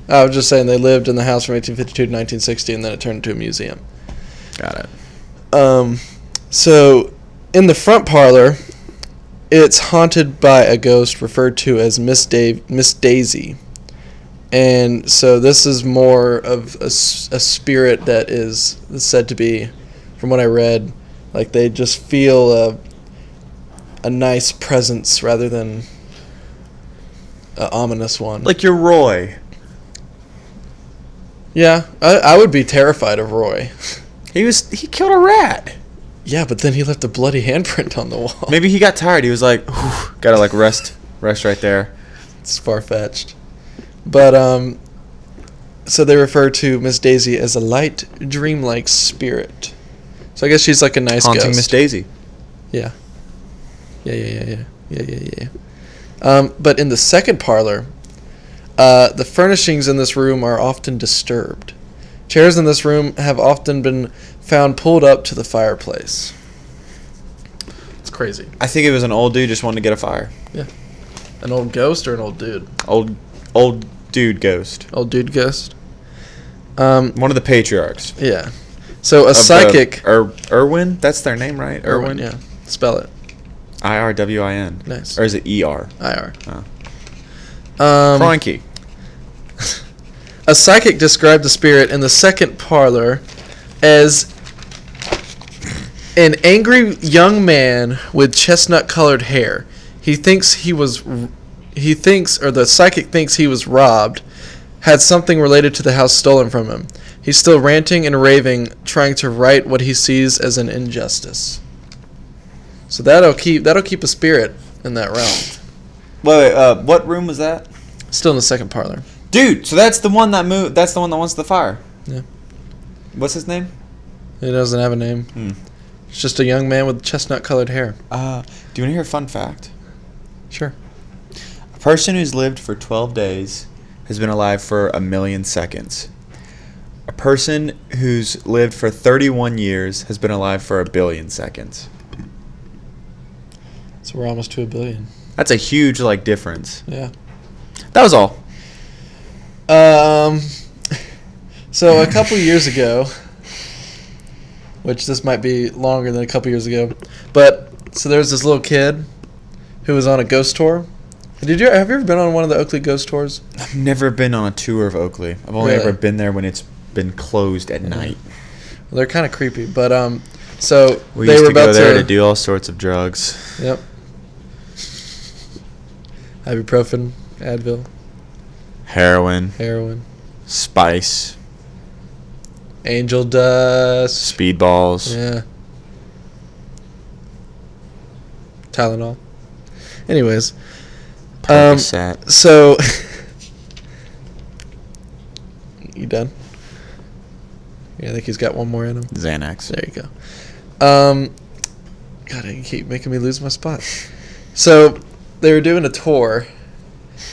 [SPEAKER 2] I was just saying they lived in the house from 1852 to 1960, and then it turned into a museum.
[SPEAKER 1] Got it.
[SPEAKER 2] Um, so in the front parlor, it's haunted by a ghost referred to as Miss Dave, Miss Daisy, and so this is more of a, s- a spirit that is said to be, from what I read, like they just feel a a nice presence rather than a ominous one.
[SPEAKER 1] Like you're Roy.
[SPEAKER 2] yeah, I, I would be terrified of Roy.
[SPEAKER 1] He was. He killed a rat.
[SPEAKER 2] yeah, but then he left a bloody handprint on the wall.
[SPEAKER 1] Maybe he got tired. He was like, "Whew, gotta like rest, rest right there.
[SPEAKER 2] it's far fetched. But um, so they refer to Miss Daisy as a light, dreamlike spirit. So I guess she's like a nice
[SPEAKER 1] Haunting
[SPEAKER 2] ghost.
[SPEAKER 1] Miss Daisy.
[SPEAKER 2] Yeah. Yeah, yeah, yeah, yeah, yeah, yeah, yeah. Um, but in the second parlor, uh, the furnishings in this room are often disturbed. Chairs in this room have often been found pulled up to the fireplace. It's crazy.
[SPEAKER 1] I think it was an old dude just wanted to get a fire.
[SPEAKER 2] An old ghost or an old dude?
[SPEAKER 1] Old, old dude ghost.
[SPEAKER 2] Old dude ghost. Um,
[SPEAKER 1] One of the patriarchs.
[SPEAKER 2] Yeah. So a
[SPEAKER 1] of the-
[SPEAKER 2] psychic.
[SPEAKER 1] Ir- Irwin. That's their name, right? Irwin.
[SPEAKER 2] Irwin, yeah. Spell it.
[SPEAKER 1] I R W I N.
[SPEAKER 2] Nice.
[SPEAKER 1] Or is it E R?
[SPEAKER 2] IR.
[SPEAKER 1] Oh. Ah.
[SPEAKER 2] Um,
[SPEAKER 1] Cronky.
[SPEAKER 2] a psychic described the spirit in the second parlor as an angry young man with chestnut-colored hair. He thinks he was, he thinks, or the psychic thinks he was robbed, had something related to the house stolen from him. He's still ranting and raving, trying to right what he sees as an injustice. So that'll keep that'll keep a spirit in that realm.
[SPEAKER 1] Wait, wait uh, what room was that?
[SPEAKER 2] Still in the second parlor.
[SPEAKER 1] Dude, so that's the one that moved. That's the one that wants the fire.
[SPEAKER 2] Yeah.
[SPEAKER 1] What's his name?
[SPEAKER 2] It doesn't have a name.
[SPEAKER 1] Hmm.
[SPEAKER 2] It's just a young man with chestnut-colored hair.
[SPEAKER 1] Uh, do you want to hear a fun fact?
[SPEAKER 2] Sure.
[SPEAKER 1] A person who's lived for 12 days has been alive for a million seconds. A person who's lived for 31 years has been alive for a billion seconds.
[SPEAKER 2] So we're almost to a billion.
[SPEAKER 1] That's a huge like difference.
[SPEAKER 2] Yeah.
[SPEAKER 1] That was all.
[SPEAKER 2] Um, so a couple years ago, which this might be longer than a couple years ago, but so there was this little kid who was on a ghost tour. Did you have you ever been on one of the Oakley ghost tours?
[SPEAKER 1] I've never been on a tour of Oakley. I've only
[SPEAKER 2] Really? Mm-hmm.
[SPEAKER 1] ever been there when it's been closed at night.
[SPEAKER 2] They're kind of creepy, but um, so
[SPEAKER 1] We
[SPEAKER 2] they
[SPEAKER 1] used
[SPEAKER 2] were
[SPEAKER 1] to go
[SPEAKER 2] about
[SPEAKER 1] there to do all sorts of drugs.
[SPEAKER 2] Yep. Ibuprofen, Advil,
[SPEAKER 1] Heroin,
[SPEAKER 2] heroin,
[SPEAKER 1] spice,
[SPEAKER 2] angel dust.
[SPEAKER 1] speedballs.
[SPEAKER 2] Yeah. Tylenol. Anyways, um,
[SPEAKER 1] Percocet.
[SPEAKER 2] so you done? Yeah, I think he's got one more in him.
[SPEAKER 1] Xanax.
[SPEAKER 2] There you go. Um, God, you keep making me lose my spot. So they were doing a tour,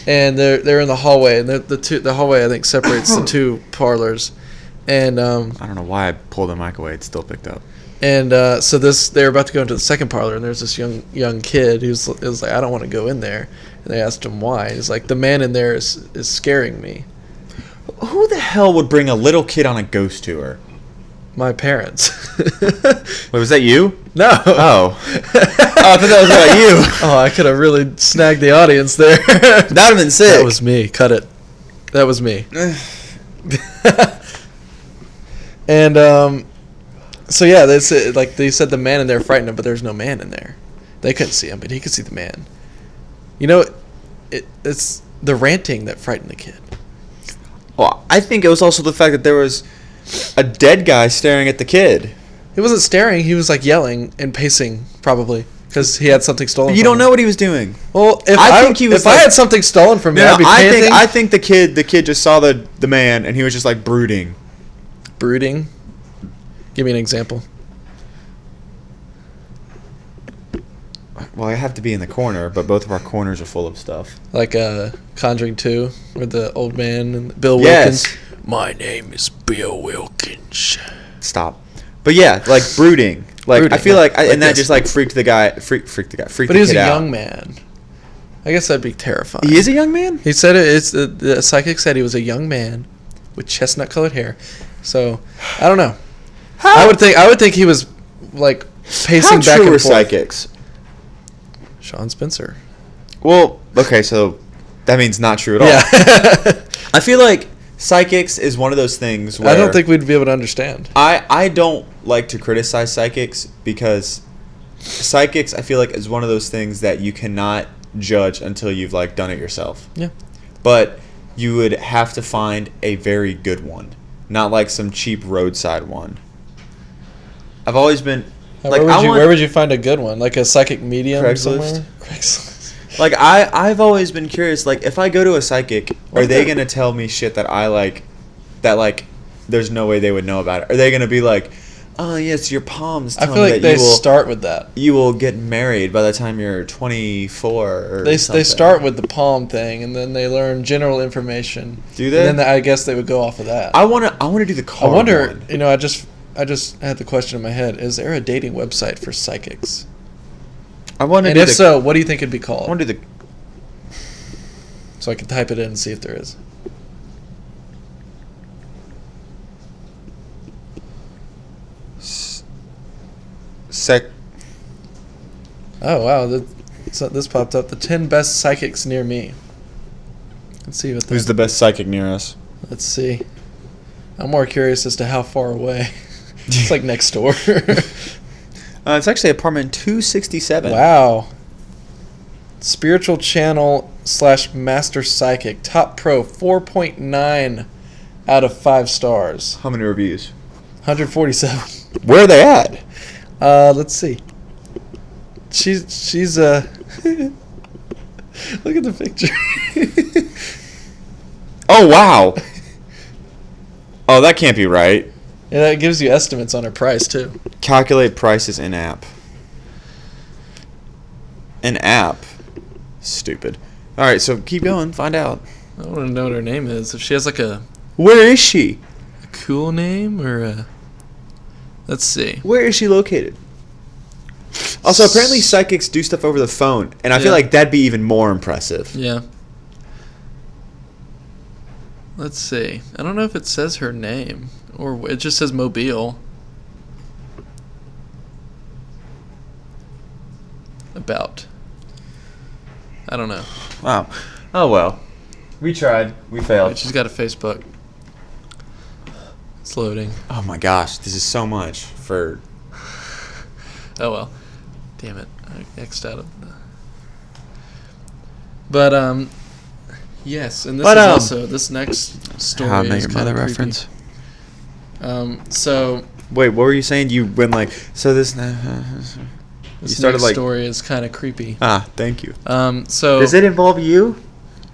[SPEAKER 2] and they're they're in the hallway, and the the two the hallway I think separates the two parlors, and um,
[SPEAKER 1] I don't know why I pulled the mic away. It still picked up.
[SPEAKER 2] and uh, so this, they were about to go into the second parlor, and there's this young young kid who's was like, I don't want to go in there. And they asked him why. He's like, the man in there is is scaring me.
[SPEAKER 1] Who the hell would bring a little kid on a ghost tour?
[SPEAKER 2] My parents.
[SPEAKER 1] Wait, was that you?
[SPEAKER 2] no.
[SPEAKER 1] Oh. oh, I thought that was about you.
[SPEAKER 2] Oh, I could have really snagged the audience there.
[SPEAKER 1] That
[SPEAKER 2] that
[SPEAKER 1] would have been sick.
[SPEAKER 2] was me. Cut it. That was me. and um, so yeah, they said like they said the man in there frightened him, but there's no man in there. They couldn't see him, but he could see the man. You know, it, it's the ranting that frightened the kid.
[SPEAKER 1] well, I think it was also the fact that there was a dead guy staring at the kid.
[SPEAKER 2] He wasn't staring; he was like yelling and pacing, probably because he had something stolen.
[SPEAKER 1] You
[SPEAKER 2] from
[SPEAKER 1] don't
[SPEAKER 2] him.
[SPEAKER 1] know what he was doing.
[SPEAKER 2] Well, if
[SPEAKER 1] I
[SPEAKER 2] I,
[SPEAKER 1] think he was
[SPEAKER 2] if I
[SPEAKER 1] like-
[SPEAKER 2] had something stolen from me,
[SPEAKER 1] No,
[SPEAKER 2] I'd be
[SPEAKER 1] I
[SPEAKER 2] panting,
[SPEAKER 1] think I think the kid the kid just saw the the man and he was just like brooding.
[SPEAKER 2] brooding. Give me an example.
[SPEAKER 1] Well, I have to be in the corner, but both of our corners are full of stuff.
[SPEAKER 2] like uh, Conjuring Two, where the old man and Bill
[SPEAKER 1] Yes.
[SPEAKER 2] Wilkins. My name is Bill Wilkins.
[SPEAKER 1] Stop. But yeah, like brooding. Like I
[SPEAKER 2] Brooding,
[SPEAKER 1] feel
[SPEAKER 2] yeah.
[SPEAKER 1] like, I,
[SPEAKER 2] Like
[SPEAKER 1] and that
[SPEAKER 2] this.
[SPEAKER 1] just like freaked the guy, freak, freaked the guy, freaked
[SPEAKER 2] But
[SPEAKER 1] the
[SPEAKER 2] he was a
[SPEAKER 1] kid out.
[SPEAKER 2] young man. I guess that'd be terrifying.
[SPEAKER 1] He is a young man.
[SPEAKER 2] He said it- it's the, the psychic said he was a young man with chestnut colored hair. So I don't know. I would think I would think he was like pacing
[SPEAKER 1] How
[SPEAKER 2] back
[SPEAKER 1] true
[SPEAKER 2] and
[SPEAKER 1] were
[SPEAKER 2] forth.
[SPEAKER 1] psychics?
[SPEAKER 2] Sean Spencer.
[SPEAKER 1] Well, okay, so that means not true at all.
[SPEAKER 2] Yeah.
[SPEAKER 1] I feel like psychics is one of those things where
[SPEAKER 2] I don't think we'd be able to understand.
[SPEAKER 1] I I don't like to criticize psychics because psychics I feel like is one of those things that you cannot judge until you've like done it yourself.
[SPEAKER 2] Yeah.
[SPEAKER 1] But you would have to find a very good one, not like some cheap roadside one. I've always been like
[SPEAKER 2] Uh, where, would
[SPEAKER 1] I
[SPEAKER 2] you,
[SPEAKER 1] want,
[SPEAKER 2] where would you find a good one? Like a psychic medium
[SPEAKER 1] Craigslist?
[SPEAKER 2] somewhere? Craigslist.
[SPEAKER 1] like I I've always been curious like if I go to a psychic are
[SPEAKER 2] What
[SPEAKER 1] they
[SPEAKER 2] the-
[SPEAKER 1] going to tell me shit that I like that like there's no way they would know about it. Are they going to be like, "Oh, yes, your palms
[SPEAKER 2] I
[SPEAKER 1] tell
[SPEAKER 2] feel
[SPEAKER 1] me
[SPEAKER 2] like
[SPEAKER 1] that
[SPEAKER 2] they
[SPEAKER 1] you will
[SPEAKER 2] start with that.
[SPEAKER 1] you will get married by the time you're 24 or
[SPEAKER 2] They,
[SPEAKER 1] something.
[SPEAKER 2] they start with the palm thing, and then they learn general information.
[SPEAKER 1] Do they?
[SPEAKER 2] And then I guess they would go off of that. I,
[SPEAKER 1] I want to I want to do the card.
[SPEAKER 2] wonder.
[SPEAKER 1] one.
[SPEAKER 2] You know, I just I just had the question in my head: Is there a dating website for psychics?
[SPEAKER 1] I want to
[SPEAKER 2] And
[SPEAKER 1] do
[SPEAKER 2] if
[SPEAKER 1] the,
[SPEAKER 2] so, what do you think it'd be
[SPEAKER 1] I
[SPEAKER 2] called?
[SPEAKER 1] want to do the
[SPEAKER 2] so I can type it in and see if there is.
[SPEAKER 1] s- sec
[SPEAKER 2] Oh wow! That, so this popped up: the ten best psychics near me. Let's see what. The,
[SPEAKER 1] who's the best psychic near us.
[SPEAKER 2] let's see. I'm more curious as to how far away. it's like next door.
[SPEAKER 1] Uh, it's actually apartment 267.
[SPEAKER 2] Wow. Spiritual channel slash master psychic. Top pro 4.9 out of 5 stars.
[SPEAKER 1] How many reviews?
[SPEAKER 2] 147.
[SPEAKER 1] Where are they at?
[SPEAKER 2] Uh, let's see. She's, she's, uh. Look at the picture.
[SPEAKER 1] Oh wow. oh, that can't be right.
[SPEAKER 2] and that gives you estimates on her price, too.
[SPEAKER 1] Calculate prices in app. An app. Stupid. All right, so keep going. Find out.
[SPEAKER 2] I want to know what her name is. If she has like a,
[SPEAKER 1] Where is she?
[SPEAKER 2] a cool name or a. Let's see.
[SPEAKER 1] Where is she located? Also, apparently psychics do stuff over the phone, and I
[SPEAKER 2] Yeah.
[SPEAKER 1] feel like that'd be even more impressive.
[SPEAKER 2] Yeah. Let's see. I don't know if it says her name or wh- it just says Mobile. About. I don't know.
[SPEAKER 1] Wow. Oh well. We tried. We
[SPEAKER 2] Wait,
[SPEAKER 1] failed.
[SPEAKER 2] she's got a Facebook. It's loading.
[SPEAKER 1] Oh my gosh, this is so much for
[SPEAKER 2] Oh well. Damn it. I X'd out of the. But, um. Yes, and this
[SPEAKER 1] But,
[SPEAKER 2] is
[SPEAKER 1] um,
[SPEAKER 2] also this next story.
[SPEAKER 1] How I Met
[SPEAKER 2] is
[SPEAKER 1] Your
[SPEAKER 2] kinda
[SPEAKER 1] Mother
[SPEAKER 2] creepy.
[SPEAKER 1] reference.
[SPEAKER 2] Um, so
[SPEAKER 1] Wait, what were you saying? You went like so this.
[SPEAKER 2] This
[SPEAKER 1] started,
[SPEAKER 2] next
[SPEAKER 1] like-
[SPEAKER 2] story is kind of creepy.
[SPEAKER 1] ah, thank you.
[SPEAKER 2] Um, so
[SPEAKER 1] Does it involve you?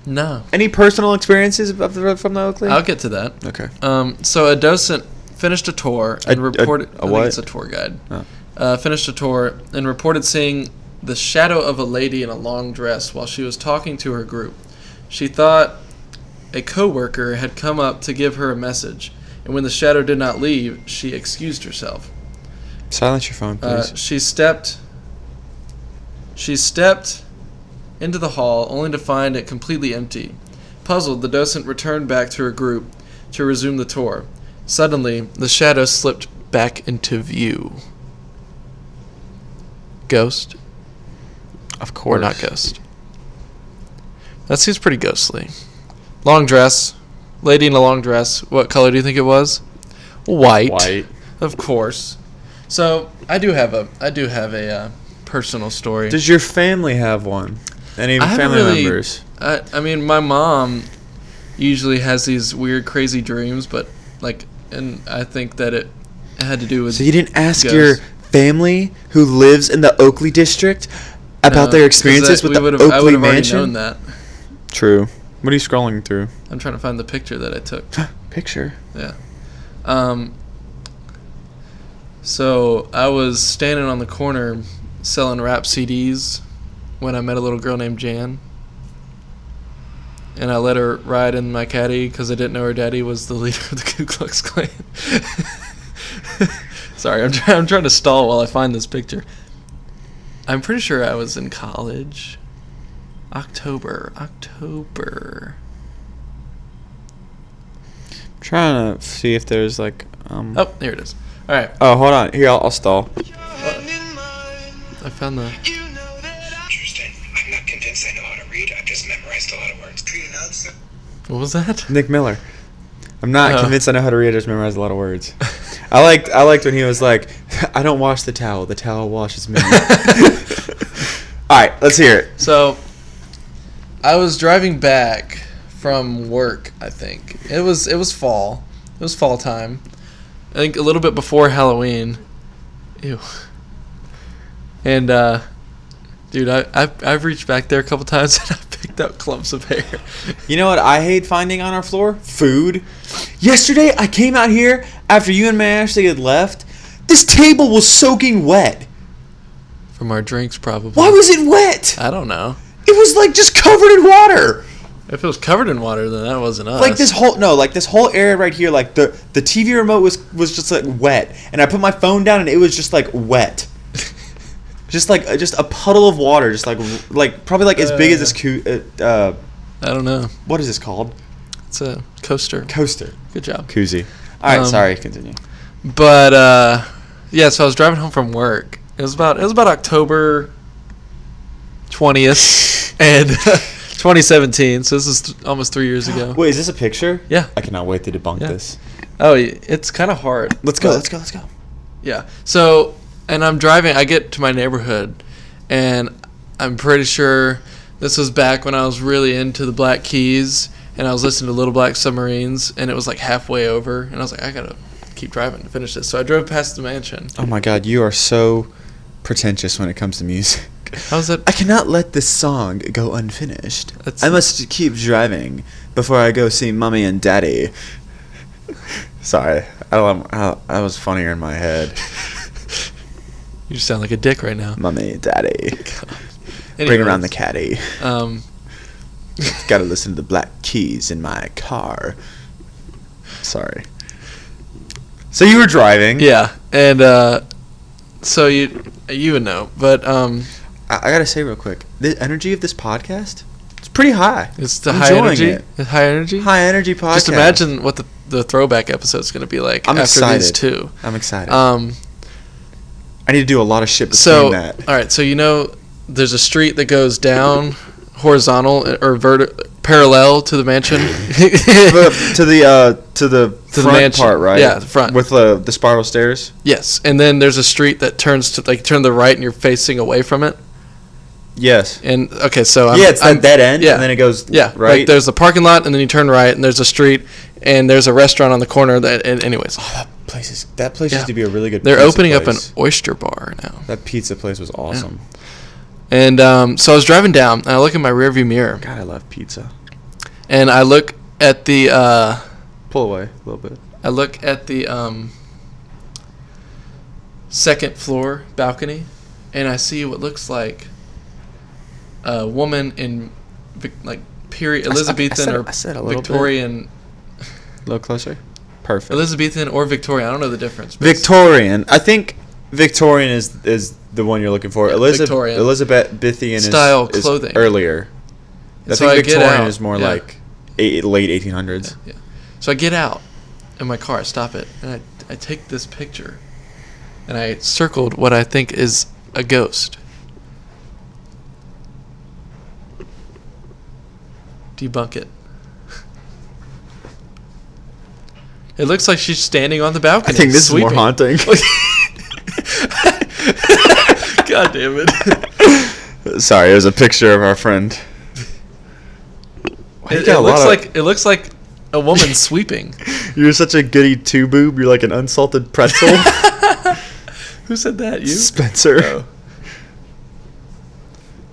[SPEAKER 2] no,
[SPEAKER 1] Any personal experiences of the, from the Oakley?
[SPEAKER 2] I'll get to that.
[SPEAKER 1] Okay.
[SPEAKER 2] Um, so a docent finished a tour
[SPEAKER 1] A-
[SPEAKER 2] and
[SPEAKER 1] a-
[SPEAKER 2] reported.
[SPEAKER 1] a
[SPEAKER 2] I think
[SPEAKER 1] what?
[SPEAKER 2] it's a tour guide.
[SPEAKER 1] Oh.
[SPEAKER 2] Uh, finished a tour and reported seeing the shadow of a lady in a long dress while she was talking to her group. She thought a coworker had come up to give her a message, and when the shadow did not leave, she excused herself.
[SPEAKER 1] Silence your phone,
[SPEAKER 2] Uh,
[SPEAKER 1] please.
[SPEAKER 2] she stepped. She stepped into the hall, only to find it completely empty. Puzzled, the docent returned back to her group to resume the tour. Suddenly, the shadow slipped back into view. Ghost
[SPEAKER 1] of
[SPEAKER 2] or not ghost? That seems pretty ghostly. Long dress, lady in a long dress. What color do you think it was?
[SPEAKER 1] White.
[SPEAKER 2] Of course. So I do have a I do have a uh, personal story.
[SPEAKER 1] Does your family have one? Any
[SPEAKER 2] I haven't
[SPEAKER 1] family
[SPEAKER 2] really-
[SPEAKER 1] members?
[SPEAKER 2] I I mean my mom usually has these weird crazy dreams, but like and I think that it had to do with
[SPEAKER 1] So you didn't ask
[SPEAKER 2] Yes.
[SPEAKER 1] your family who lives in the Oakley district about
[SPEAKER 2] uh,
[SPEAKER 1] their
[SPEAKER 2] 'cause
[SPEAKER 1] experiences
[SPEAKER 2] that-
[SPEAKER 1] with
[SPEAKER 2] we
[SPEAKER 1] the
[SPEAKER 2] would've- I
[SPEAKER 1] Oakley
[SPEAKER 2] would've already
[SPEAKER 1] mansion?
[SPEAKER 2] known that.
[SPEAKER 1] True. What are you scrolling through?
[SPEAKER 2] I'm trying to find the picture that I took.
[SPEAKER 1] Picture.
[SPEAKER 2] Yeah. Um, so I was standing on the corner selling rap CDs when I met a little girl named Jan. And I let her ride in my caddy because I didn't know her daddy was the leader of the Ku Klux Klan. Sorry, I'm, try- I'm trying to stall while I find this picture. I'm pretty sure I was in college. October, October.
[SPEAKER 1] Trying to see if there's like. Um,
[SPEAKER 2] Oh, here it is. All right,
[SPEAKER 1] Oh, hold on. Here, I'll, I'll stall.
[SPEAKER 2] I found the.
[SPEAKER 3] Interesting. I'm not convinced I know how to read. I've just memorized a lot of words. Tree notes.
[SPEAKER 2] What was that?
[SPEAKER 1] Nick Miller. I'm not
[SPEAKER 2] Oh.
[SPEAKER 1] convinced I know how to read. I just memorized a lot of words. I liked I liked when he was like, "I don't wash the towel. The towel washes me." All right, let's hear it.
[SPEAKER 2] So, I was driving back from work. I think it was it was fall. It was fall time. I think a little bit before Halloween. Ew. And uh, dude, I I've, I've reached back there a couple times and I picked up clumps of hair.
[SPEAKER 1] You know what I hate finding on our floor? Food. Yesterday I came out here after you and May Ashley had left. This table was soaking wet.
[SPEAKER 2] From our drinks, probably.
[SPEAKER 1] Why was it wet?
[SPEAKER 2] I don't know.
[SPEAKER 1] It was like just covered in water.
[SPEAKER 2] If it was covered in water, then that wasn't us.
[SPEAKER 1] Like this whole no, like this whole area right here, like the the TV remote was was just like wet, and I put my phone down and it was just like wet, just like uh, just a puddle of water, just like like probably like as big as this coo- uh, uh,
[SPEAKER 2] I don't know.
[SPEAKER 1] what is this called
[SPEAKER 2] It's a coaster.
[SPEAKER 1] coaster
[SPEAKER 2] Good job.
[SPEAKER 1] koozie. All right,
[SPEAKER 2] Um,
[SPEAKER 1] sorry, continue.
[SPEAKER 2] But uh, yeah, so I was driving home from work. It was about it was about October twentieth and twenty seventeen. So this is th- almost three years ago.
[SPEAKER 1] Wait, is this a picture?
[SPEAKER 2] Yeah.
[SPEAKER 1] I cannot wait to debunk
[SPEAKER 2] Yeah.
[SPEAKER 1] this.
[SPEAKER 2] Oh, y- it's kind of hard.
[SPEAKER 1] Let's go.
[SPEAKER 2] but-
[SPEAKER 1] Let's go. Let's go.
[SPEAKER 2] Yeah. So and I'm driving. I get to my neighborhood, and I'm pretty sure this was back when I was really into the Black Keys, and I was listening to Little Black Submarines, and it was like halfway over, and I was like, I gotta keep driving to finish this. So I drove past the mansion.
[SPEAKER 1] Oh my god, you are so pretentious when it comes to music.
[SPEAKER 2] How's that?
[SPEAKER 1] I cannot let this song go unfinished.
[SPEAKER 2] That's-
[SPEAKER 1] I must keep driving before I go see mommy and daddy. Sorry, I don't. I, I was funnier in my head.
[SPEAKER 2] You sound like a dick right now.
[SPEAKER 1] Mommy, daddy, bring
[SPEAKER 2] Anyways,
[SPEAKER 1] around the caddy.
[SPEAKER 2] Um,
[SPEAKER 1] Got to listen to the Black Keys in my car. Sorry. So you were driving.
[SPEAKER 2] yeah, and uh, so you you would know, but um,
[SPEAKER 1] I, I gotta say real quick, the energy of this podcast, it's pretty high.
[SPEAKER 2] it's the
[SPEAKER 1] I'm
[SPEAKER 2] high
[SPEAKER 1] enjoying
[SPEAKER 2] energy.
[SPEAKER 1] it.
[SPEAKER 2] It's High energy.
[SPEAKER 1] High energy podcast.
[SPEAKER 2] Just imagine what the the throwback episode's gonna be like
[SPEAKER 1] I'm
[SPEAKER 2] after these
[SPEAKER 1] excited.
[SPEAKER 2] two.
[SPEAKER 1] I'm excited.
[SPEAKER 2] Um,
[SPEAKER 1] I need to do a lot of shit between
[SPEAKER 2] so
[SPEAKER 1] that.
[SPEAKER 2] all right, so you know, there's a street that goes down horizontal or verti- parallel to the mansion.
[SPEAKER 1] the, to the uh, to the
[SPEAKER 2] the
[SPEAKER 1] front
[SPEAKER 2] mansion.
[SPEAKER 1] part, right?
[SPEAKER 2] Yeah, the front.
[SPEAKER 1] with uh, the the spiral stairs.
[SPEAKER 2] yes, and then there's a street that turns to like turn to the right, and you're facing away from it.
[SPEAKER 1] Yes.
[SPEAKER 2] And okay, so I'm,
[SPEAKER 1] yeah, it's
[SPEAKER 2] I'm-
[SPEAKER 1] that dead end,
[SPEAKER 2] yeah.
[SPEAKER 1] and then it goes
[SPEAKER 2] Yeah, right.
[SPEAKER 1] right.
[SPEAKER 2] there's the parking lot, and then you turn right, and there's a street, and there's a restaurant on the corner. That, and anyways,
[SPEAKER 1] Oh, that place is that place
[SPEAKER 2] Yeah.
[SPEAKER 1] used to be a really good.
[SPEAKER 2] they're
[SPEAKER 1] pizza
[SPEAKER 2] opening up an
[SPEAKER 1] place.
[SPEAKER 2] oyster bar now.
[SPEAKER 1] That pizza place was awesome.
[SPEAKER 2] And um, so I was driving down, and I look in my rearview mirror,
[SPEAKER 1] God, I love pizza.
[SPEAKER 2] and I look at the uh,
[SPEAKER 1] Pull away a little bit.
[SPEAKER 2] I look at the um, second floor balcony, and I see what looks like a woman in Vic- like period
[SPEAKER 1] I said- I
[SPEAKER 2] Elizabethan
[SPEAKER 1] said-
[SPEAKER 2] or
[SPEAKER 1] I said a little bit.
[SPEAKER 2] Victorian
[SPEAKER 1] A little closer. Perfect.
[SPEAKER 2] Elizabethan or Victorian. I don't know the difference. but it's-
[SPEAKER 1] Victorian. I think Victorian is is the one you're looking for.
[SPEAKER 2] Yeah,
[SPEAKER 1] Elizabeth
[SPEAKER 2] Victorian.
[SPEAKER 1] Elizabethan is-
[SPEAKER 2] Style,
[SPEAKER 1] is
[SPEAKER 2] clothing.
[SPEAKER 1] earlier. I
[SPEAKER 2] so
[SPEAKER 1] think
[SPEAKER 2] I get
[SPEAKER 1] Victorian
[SPEAKER 2] out,
[SPEAKER 1] is more
[SPEAKER 2] yeah.
[SPEAKER 1] like eight, late 1800s.
[SPEAKER 2] Yeah. So I get out in my car, I stop it, and I, I take this picture and I circled what I think is a ghost. Debunk it. It looks like she's standing on the balcony.
[SPEAKER 1] I think this
[SPEAKER 2] sweeping.
[SPEAKER 1] is more haunting.
[SPEAKER 2] God damn it.
[SPEAKER 1] Sorry, it was a picture of our friend. Why you
[SPEAKER 2] it,
[SPEAKER 1] got
[SPEAKER 2] it
[SPEAKER 1] a lot
[SPEAKER 2] looks
[SPEAKER 1] of-
[SPEAKER 2] like it looks like a woman sweeping.
[SPEAKER 1] You're such a goody two boob. You're like an unsalted pretzel,
[SPEAKER 2] Who said that? You? Oh.
[SPEAKER 1] Spencer.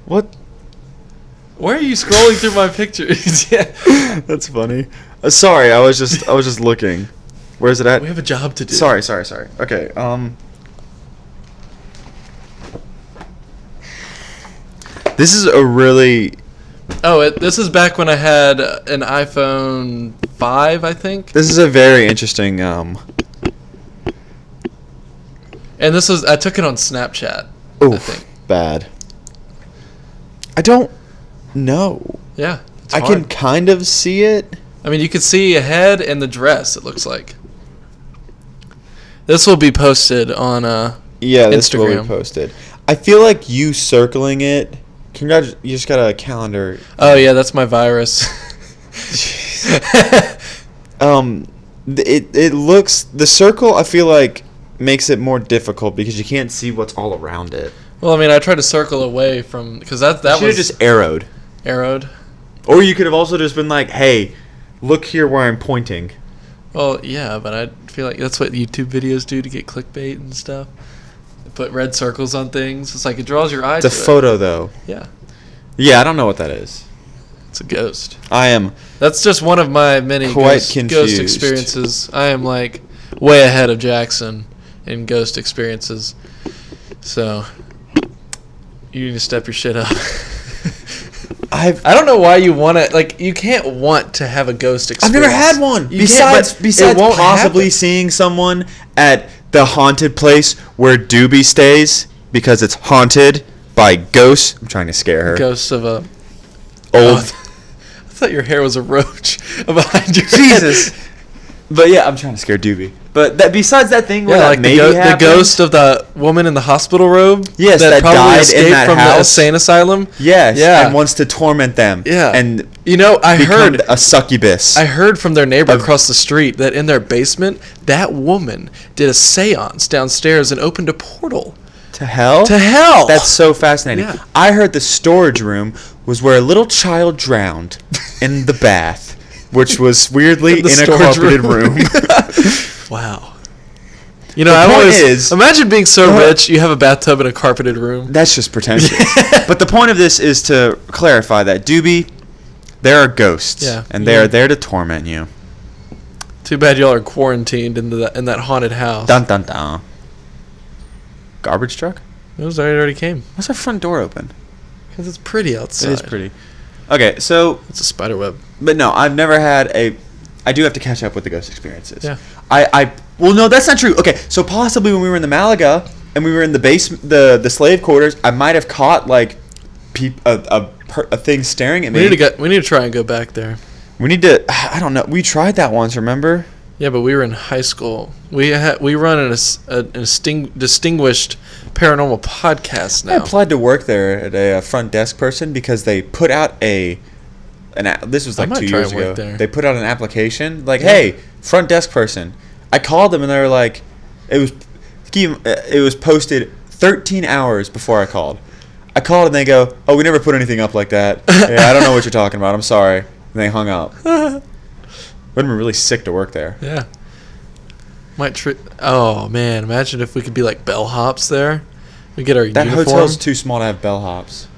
[SPEAKER 1] What?
[SPEAKER 2] Why are you scrolling through my pictures? yeah.
[SPEAKER 1] That's funny. Uh, sorry, I was just I was just looking. Where's it at?
[SPEAKER 2] We have a job to do.
[SPEAKER 1] Sorry, sorry, sorry. Okay. Um. This is a really.
[SPEAKER 2] Oh, it, this is back when I had uh, an iPhone 5, I think.
[SPEAKER 1] This is a very interesting. Um.
[SPEAKER 2] And this was I took it on Snapchat. I
[SPEAKER 1] Oof,
[SPEAKER 2] think.
[SPEAKER 1] bad. I don't know.
[SPEAKER 2] Yeah. it's
[SPEAKER 1] I can
[SPEAKER 2] hard.
[SPEAKER 1] kind of see it.
[SPEAKER 2] I mean, you can see a head and the dress. It looks like. This will be posted on. Uh,
[SPEAKER 1] Yeah, this will
[SPEAKER 2] Instagram.
[SPEAKER 1] be posted. I feel like you circling it. Congrat. You just got a calendar.
[SPEAKER 2] oh yeah, that's my virus.
[SPEAKER 1] um th- it it looks the circle i feel like makes it more difficult because you can't see what's all around it
[SPEAKER 2] well, I mean, I tried to circle away from because that that
[SPEAKER 1] should
[SPEAKER 2] was
[SPEAKER 1] have just arrowed
[SPEAKER 2] arrowed.
[SPEAKER 1] or you could have also just been like hey look here where i'm pointing
[SPEAKER 2] Well, yeah, but I feel like that's what YouTube videos do to get clickbait and stuff. They put red circles on things. It's like it draws your eyes.
[SPEAKER 1] it's a photo though
[SPEAKER 2] Yeah,
[SPEAKER 1] yeah i don't know what that is
[SPEAKER 2] it's a ghost.
[SPEAKER 1] i am
[SPEAKER 2] That's just one of my many
[SPEAKER 1] Quite
[SPEAKER 2] ghost, ghost
[SPEAKER 1] confused.
[SPEAKER 2] experiences. I am like way ahead of Jackson in ghost experiences. So you need to step your shit up.
[SPEAKER 1] i've
[SPEAKER 2] I don't know why you want to like you can't want to have a ghost
[SPEAKER 1] I've
[SPEAKER 2] experience.
[SPEAKER 1] never had one.
[SPEAKER 2] You
[SPEAKER 1] besides,
[SPEAKER 2] can't, but
[SPEAKER 1] besides
[SPEAKER 2] it won't
[SPEAKER 1] possibly
[SPEAKER 2] happen.
[SPEAKER 1] seeing someone at the haunted place where Doobie stays because it's haunted by ghosts. I'm trying to scare her.
[SPEAKER 2] ghosts of a
[SPEAKER 1] Old
[SPEAKER 2] Oh, I thought your hair was a roach behind your head.
[SPEAKER 1] Jesus. But yeah, I'm trying to scare Doobie. But that besides that thing where
[SPEAKER 2] Yeah,
[SPEAKER 1] that
[SPEAKER 2] like the,
[SPEAKER 1] maybe
[SPEAKER 2] go- the
[SPEAKER 1] happened-
[SPEAKER 2] ghost of the woman in the hospital robe.
[SPEAKER 1] Yes, that died in that
[SPEAKER 2] from the
[SPEAKER 1] house.
[SPEAKER 2] insane asylum.
[SPEAKER 1] Yes,
[SPEAKER 2] Yeah.
[SPEAKER 1] and wants to torment them.
[SPEAKER 2] Yeah.
[SPEAKER 1] and
[SPEAKER 2] You know, I
[SPEAKER 1] become
[SPEAKER 2] heard
[SPEAKER 1] a succubus.
[SPEAKER 2] I heard from their neighbor across the street that in their basement, that woman did a séance downstairs and opened a portal
[SPEAKER 1] to hell.
[SPEAKER 2] to hell.
[SPEAKER 1] That's so fascinating.
[SPEAKER 2] Yeah.
[SPEAKER 1] I heard the storage room was where a little child drowned in the bath, which was weirdly
[SPEAKER 2] In the
[SPEAKER 1] in a
[SPEAKER 2] storage
[SPEAKER 1] carpeted
[SPEAKER 2] room.
[SPEAKER 1] room.
[SPEAKER 2] wow. You know,
[SPEAKER 1] The
[SPEAKER 2] I
[SPEAKER 1] point
[SPEAKER 2] always
[SPEAKER 1] is-
[SPEAKER 2] imagine being so rich you have a bathtub in a carpeted room.
[SPEAKER 1] That's just pretentious. but the point of this is to clarify that Doobie, there are ghosts,
[SPEAKER 2] Yeah.
[SPEAKER 1] and they are there to torment you.
[SPEAKER 2] Too bad y'all are quarantined in the in that haunted house.
[SPEAKER 1] Dun dun dun. Garbage truck?
[SPEAKER 2] It was already, already came
[SPEAKER 1] Why's our front door open?
[SPEAKER 2] because it's pretty outside.
[SPEAKER 1] It is pretty. Okay, so
[SPEAKER 2] It's a spider web.
[SPEAKER 1] But no, I've never had a. I do have to catch up with the ghost experiences.
[SPEAKER 2] Yeah.
[SPEAKER 1] I, I well no that's not true. Okay, so possibly when we were in the Malaga and we were in the base the the slave quarters, I might have caught like peop, a a, per, a thing staring at me.
[SPEAKER 2] We need to get. We need to try and go back there.
[SPEAKER 1] We need to. I don't know. We tried that once. Remember?
[SPEAKER 2] Yeah, but we were in high school. We ha- we run an, as- a, an disting- distinguished paranormal podcast
[SPEAKER 1] I
[SPEAKER 2] now.
[SPEAKER 1] applied to work there at a, uh front desk person because they put out a. An a- this was
[SPEAKER 2] I
[SPEAKER 1] like
[SPEAKER 2] might
[SPEAKER 1] two
[SPEAKER 2] try
[SPEAKER 1] years
[SPEAKER 2] and work
[SPEAKER 1] ago.
[SPEAKER 2] there.
[SPEAKER 1] They put out an application like,
[SPEAKER 2] Yeah.
[SPEAKER 1] "Hey, front desk person." I called them and they were like, "It was, it was posted 13 hours before I called." I called and they go, "Oh, we never put anything up like that. Yeah, I don't know what you're talking about. I'm sorry." And they hung up. Would have been really sick to work there.
[SPEAKER 2] yeah. Might tri- Oh man, imagine if we could be like bellhops there. We get our
[SPEAKER 1] That
[SPEAKER 2] uniform.
[SPEAKER 1] hotel's too small to have bellhops.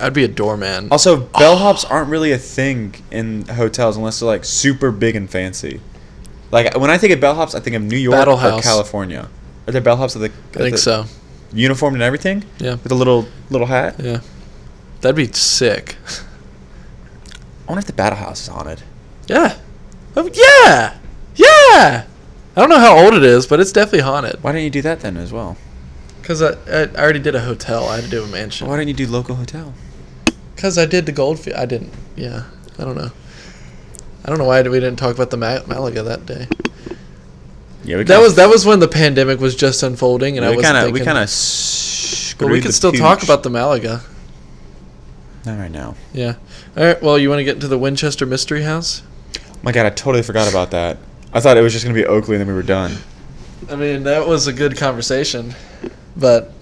[SPEAKER 2] I'd be a doorman.
[SPEAKER 1] Also, bellhops aren't really a thing in hotels unless they're like super big and fancy. Like when I think of bellhops, I think of New York
[SPEAKER 2] Battle
[SPEAKER 1] or
[SPEAKER 2] House.
[SPEAKER 1] California. Are there bellhops with
[SPEAKER 2] I
[SPEAKER 1] the,
[SPEAKER 2] think
[SPEAKER 1] the
[SPEAKER 2] so.
[SPEAKER 1] uniformed and everything?
[SPEAKER 2] Yeah.
[SPEAKER 1] With a little little hat.
[SPEAKER 2] Yeah, that'd be sick.
[SPEAKER 1] I wonder if the battle house is haunted.
[SPEAKER 2] yeah. Oh, yeah. Yeah. I don't know how old it is, but it's definitely haunted.
[SPEAKER 1] Why don't you do that then as well?
[SPEAKER 2] Cause I, I, I already did a hotel. I had to do a mansion.
[SPEAKER 1] Why don't you do local hotel?
[SPEAKER 2] Because I did the Goldfield. I didn't. Yeah. I don't know. I don't know why we didn't talk about the Ma- Malaga that day.
[SPEAKER 1] Yeah, we
[SPEAKER 2] That was that was when the pandemic was just unfolding, and I
[SPEAKER 1] we
[SPEAKER 2] was
[SPEAKER 1] kind of
[SPEAKER 2] thinking.
[SPEAKER 1] we kind of.
[SPEAKER 2] But we could still talk about the Malaga.
[SPEAKER 1] Not right now.
[SPEAKER 2] Yeah. All right. Well, you want to get into the Winchester Mystery House?
[SPEAKER 1] My God, I totally forgot about that. I thought it was just gonna be Oakley and then we were done.
[SPEAKER 2] I mean, that was a good conversation, but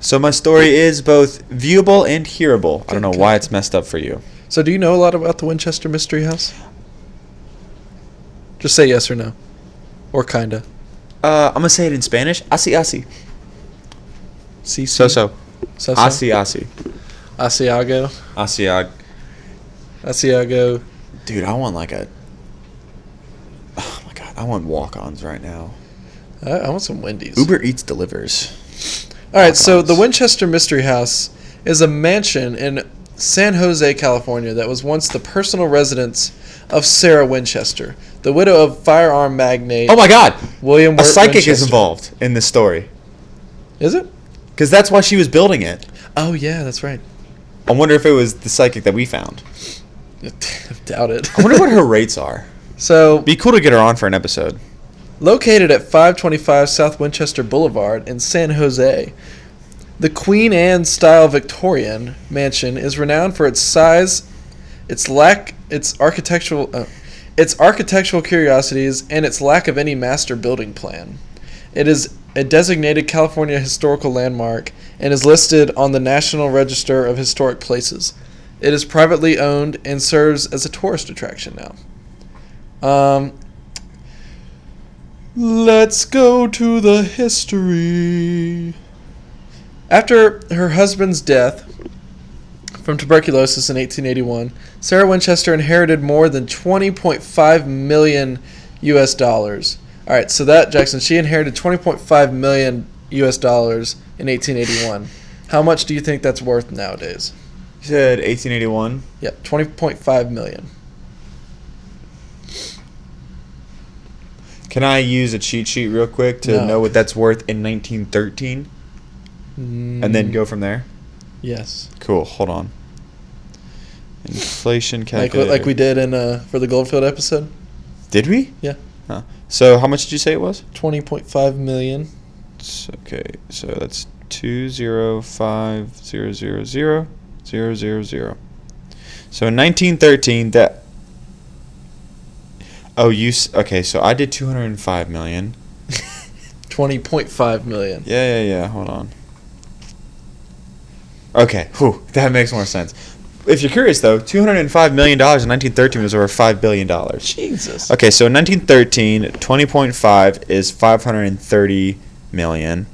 [SPEAKER 1] So my story is both viewable and hearable. I don't know
[SPEAKER 2] Okay.
[SPEAKER 1] why it's messed up for you.
[SPEAKER 2] so do you know a lot about the Winchester Mystery House? Just say yes or no, or kinda.
[SPEAKER 1] Uh, I'm gonna say it in Spanish. Así así.
[SPEAKER 2] See,
[SPEAKER 1] So so.
[SPEAKER 2] so,
[SPEAKER 1] Así así.
[SPEAKER 2] Asiago,
[SPEAKER 1] Así. uh,
[SPEAKER 2] Asiago.
[SPEAKER 1] Dude, I want like a. Oh my god, I want walk-ons right now.
[SPEAKER 2] I, I want some Wendy's.
[SPEAKER 1] Uber Eats delivers.
[SPEAKER 2] All right, so the
[SPEAKER 1] Walk-ons.
[SPEAKER 2] Winchester Mystery House is a mansion in San Jose, California, that was once the personal residence of Sarah Winchester, the widow of firearm magnate
[SPEAKER 1] Oh my god,
[SPEAKER 2] William.
[SPEAKER 1] a
[SPEAKER 2] Wirt
[SPEAKER 1] psychic is
[SPEAKER 2] Winchester.
[SPEAKER 1] involved in this story
[SPEAKER 2] Is it?
[SPEAKER 1] because that's why she was building it.
[SPEAKER 2] Oh yeah, that's right.
[SPEAKER 1] I wonder if it was the psychic that we found.
[SPEAKER 2] Doubt it.
[SPEAKER 1] I wonder what her rates are.
[SPEAKER 2] so
[SPEAKER 1] Be cool to get her on for an episode.
[SPEAKER 2] Located at 525 South Winchester Boulevard in San Jose, the Queen Anne style Victorian mansion is renowned for its size, its lack, its architectural uh, its architectural curiosities and its lack of any master building plan. It is a designated California historical landmark and is listed on the National Register of Historic Places. It is privately owned and serves as a tourist attraction now. Um, Let's go to the history. After her husband's death from tuberculosis in 1881, Sarah Winchester inherited more than 20.5 million US dollars. All right, so that Jackson, she inherited 20.5 million US dollars in 1881. How much do you think that's worth nowadays?
[SPEAKER 1] She said 1881.
[SPEAKER 2] Yep, 20.5 million.
[SPEAKER 1] Can I use a cheat sheet real quick to
[SPEAKER 2] No.
[SPEAKER 1] know what that's worth in 1913 and then go from there?
[SPEAKER 2] Yes.
[SPEAKER 1] Cool. Hold on. Inflation
[SPEAKER 2] Like
[SPEAKER 1] calculator.
[SPEAKER 2] like we did in uh, for the Goldfield episode.
[SPEAKER 1] Did we?
[SPEAKER 2] Yeah.
[SPEAKER 1] Huh. So how much did you say it was?
[SPEAKER 2] Twenty point five million.
[SPEAKER 1] It's- okay, so that's two zero five zero zero zero zero zero zero. So in 1913, that. Oh, you s- okay? So I did 205 million.
[SPEAKER 2] Twenty point five million.
[SPEAKER 1] Yeah, yeah, yeah. Hold on. Okay, whew, that makes more sense. If you're curious, though, 205 million dollars in 1913 was over five billion dollars.
[SPEAKER 2] Jesus.
[SPEAKER 1] Okay, so in 1913, 20.5 is 530 million.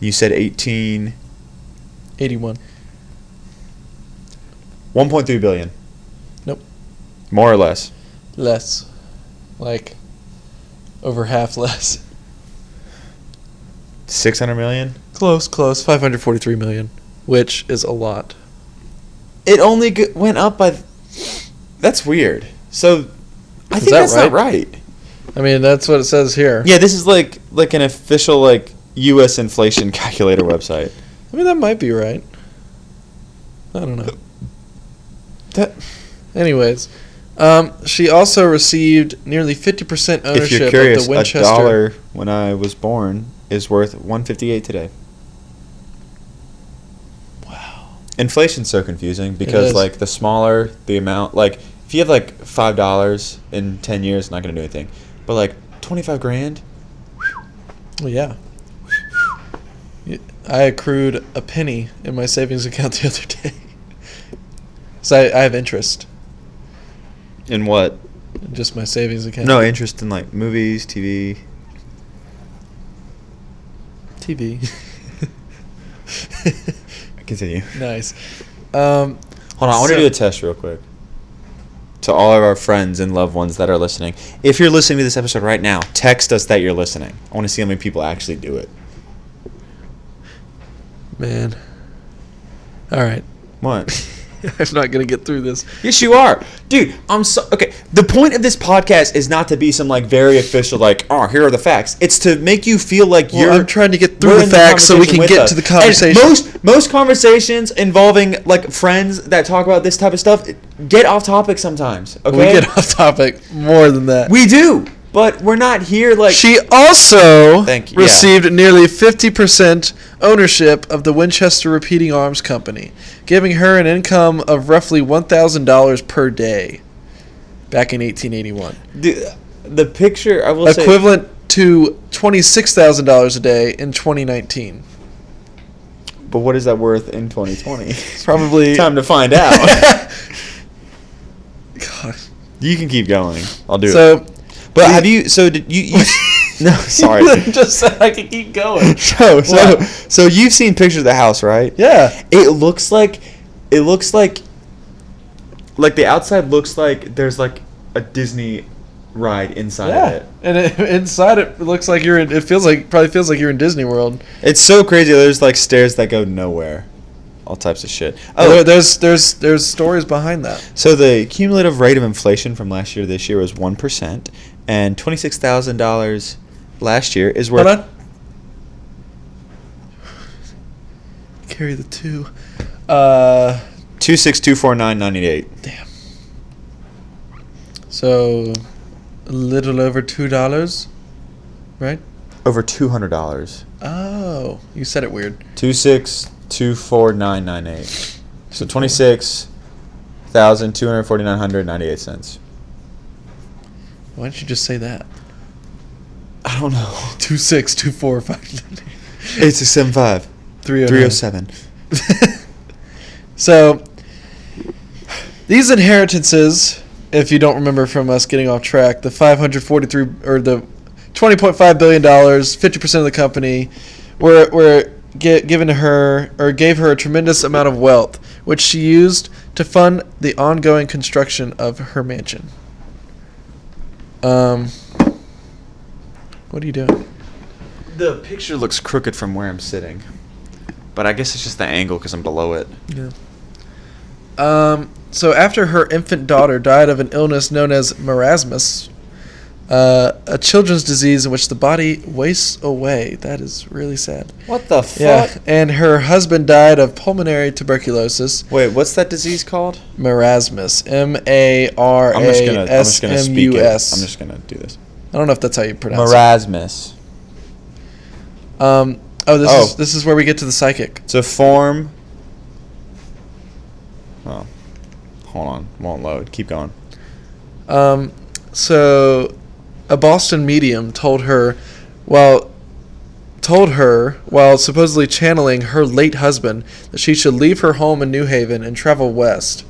[SPEAKER 1] You said 18,
[SPEAKER 2] Eighty one.
[SPEAKER 1] 1.3 billion.
[SPEAKER 2] Nope.
[SPEAKER 1] More or less.
[SPEAKER 2] Less. Like over half less.
[SPEAKER 1] 600 million?
[SPEAKER 2] Close, close. Five hundred forty three million. Which is a lot.
[SPEAKER 1] It only g- went up by. Th- that's weird. So, I
[SPEAKER 2] Is
[SPEAKER 1] think
[SPEAKER 2] that
[SPEAKER 1] that's not right.
[SPEAKER 2] I mean that's what it says here.
[SPEAKER 1] Yeah, this is like like an official like U.S. inflation calculator website.
[SPEAKER 2] I mean that might be right. I don't know.
[SPEAKER 1] That-
[SPEAKER 2] Anyways. Um, she also received nearly 50% ownership
[SPEAKER 1] if you're
[SPEAKER 2] of
[SPEAKER 1] curious,
[SPEAKER 2] the
[SPEAKER 1] a
[SPEAKER 2] Winchester.
[SPEAKER 1] dollar when I was born is worth 158 today.
[SPEAKER 2] Wow.
[SPEAKER 1] Inflation's so confusing because
[SPEAKER 2] is.
[SPEAKER 1] like the smaller the amount, like if you have like five dollars in ten years, it's not gonna do anything. But like twenty five grand,
[SPEAKER 2] Well, yeah. I accrued a penny in my savings account the other day. so I, I have interest
[SPEAKER 1] in what?
[SPEAKER 2] in just my savings account.
[SPEAKER 1] No interest in like movies, TV.
[SPEAKER 2] TV.
[SPEAKER 1] Continue.
[SPEAKER 2] nice. Um,
[SPEAKER 1] Hold on, I want to
[SPEAKER 2] So-
[SPEAKER 1] do a test real quick. To all of our friends and loved ones that are listening, if you're listening to this episode right now, text us that you're listening. I want to see how many people actually do it.
[SPEAKER 2] man. All right.
[SPEAKER 1] What?
[SPEAKER 2] I'm not going to get through this.
[SPEAKER 1] Yes, you are, dude. I'm so okay. The point of this podcast is not to be some like very official, like, oh, here are the facts. It's to make you feel like
[SPEAKER 2] Well,
[SPEAKER 1] you're.
[SPEAKER 2] I'm trying to get through
[SPEAKER 1] we're
[SPEAKER 2] the
[SPEAKER 1] in
[SPEAKER 2] facts so we
[SPEAKER 1] conversation
[SPEAKER 2] can
[SPEAKER 1] with
[SPEAKER 2] get
[SPEAKER 1] us.
[SPEAKER 2] to the
[SPEAKER 1] And
[SPEAKER 2] conversation.
[SPEAKER 1] most most conversations involving like friends that talk about this type of stuff get off topic sometimes. Okay,
[SPEAKER 2] We get off topic more than that.
[SPEAKER 1] We do, but we're not here like.
[SPEAKER 2] she also
[SPEAKER 1] Thank you, yeah.
[SPEAKER 2] received nearly 50% ownership of the Winchester Repeating Arms Company, giving her an income of roughly $1,000 per day back in 1881,
[SPEAKER 1] Dude, the picture I will say.
[SPEAKER 2] equivalent to $26,000 a day in 2019.
[SPEAKER 1] But what is that worth in 2020?
[SPEAKER 2] Probably.
[SPEAKER 1] Time to find out.
[SPEAKER 2] God.
[SPEAKER 1] you can keep going. I'll do it.
[SPEAKER 2] So,
[SPEAKER 1] But have you? So did you? you no, sorry.
[SPEAKER 2] just so I can keep going.
[SPEAKER 1] So so
[SPEAKER 2] What?
[SPEAKER 1] so you've seen pictures of the house, right?
[SPEAKER 2] Yeah.
[SPEAKER 1] It looks like, it looks like. Like the outside looks like there's like a Disney ride inside of
[SPEAKER 2] Yeah.
[SPEAKER 1] it.
[SPEAKER 2] And it, inside it looks like you're in, it feels like, probably feels like you're in Disney World.
[SPEAKER 1] It's so crazy. There's like stairs that go nowhere. All types of shit.
[SPEAKER 2] Oh, there, there's there's there's stories behind that.
[SPEAKER 1] So the cumulative rate of inflation from last year to this year was one percent, and twenty six thousand dollars last year is worth.
[SPEAKER 2] Hold on. Carry the two. Uh,
[SPEAKER 1] Two six two four nine ninety eight.
[SPEAKER 2] damn. So, a little over two dollars, right?
[SPEAKER 1] Over two hundred dollars.
[SPEAKER 2] Oh, you said it weird.
[SPEAKER 1] Two six two four nine nine eight. So twenty six thousand two hundred forty nine hundred ninety eight cents.
[SPEAKER 2] Why didn't you just say that?
[SPEAKER 1] I don't know.
[SPEAKER 2] Two six two four five oh
[SPEAKER 1] Eight six seven five.
[SPEAKER 2] three
[SPEAKER 1] Three oh seven.
[SPEAKER 2] so these inheritances, if you don't remember from us getting off track, the 543 or the 20.5 billion dollars, 50% of the company were were gi- given to her or gave her a tremendous amount of wealth, which she used to fund the ongoing construction of her mansion. Um what are you doing?
[SPEAKER 1] The picture looks crooked from where I'm sitting, but I guess it's just the angle because I'm below it.
[SPEAKER 2] Yeah. Um, so after her infant daughter died of an illness known as marasmus, uh, a children's disease in which the body wastes away. That is really sad.
[SPEAKER 1] What the fuck?
[SPEAKER 2] Yeah, and her husband died of pulmonary tuberculosis,
[SPEAKER 1] Wait, what's that disease called?
[SPEAKER 2] marasmus. M A R
[SPEAKER 1] I'm just
[SPEAKER 2] A
[SPEAKER 1] gonna. I'm
[SPEAKER 2] S
[SPEAKER 1] just gonna
[SPEAKER 2] M
[SPEAKER 1] speak
[SPEAKER 2] U
[SPEAKER 1] it. I'm
[SPEAKER 2] S.
[SPEAKER 1] just gonna do this.
[SPEAKER 2] I don't know if that's how you pronounce it.
[SPEAKER 1] Marasmus.
[SPEAKER 2] Um, oh, this
[SPEAKER 1] Oh.
[SPEAKER 2] is this is where we get to the psychic.
[SPEAKER 1] It's a form. Oh, hold on. Won't load. Keep going.
[SPEAKER 2] Um, so, a Boston medium told her, well, told her while supposedly channeling her late husband that she should leave her home in New Haven and travel west,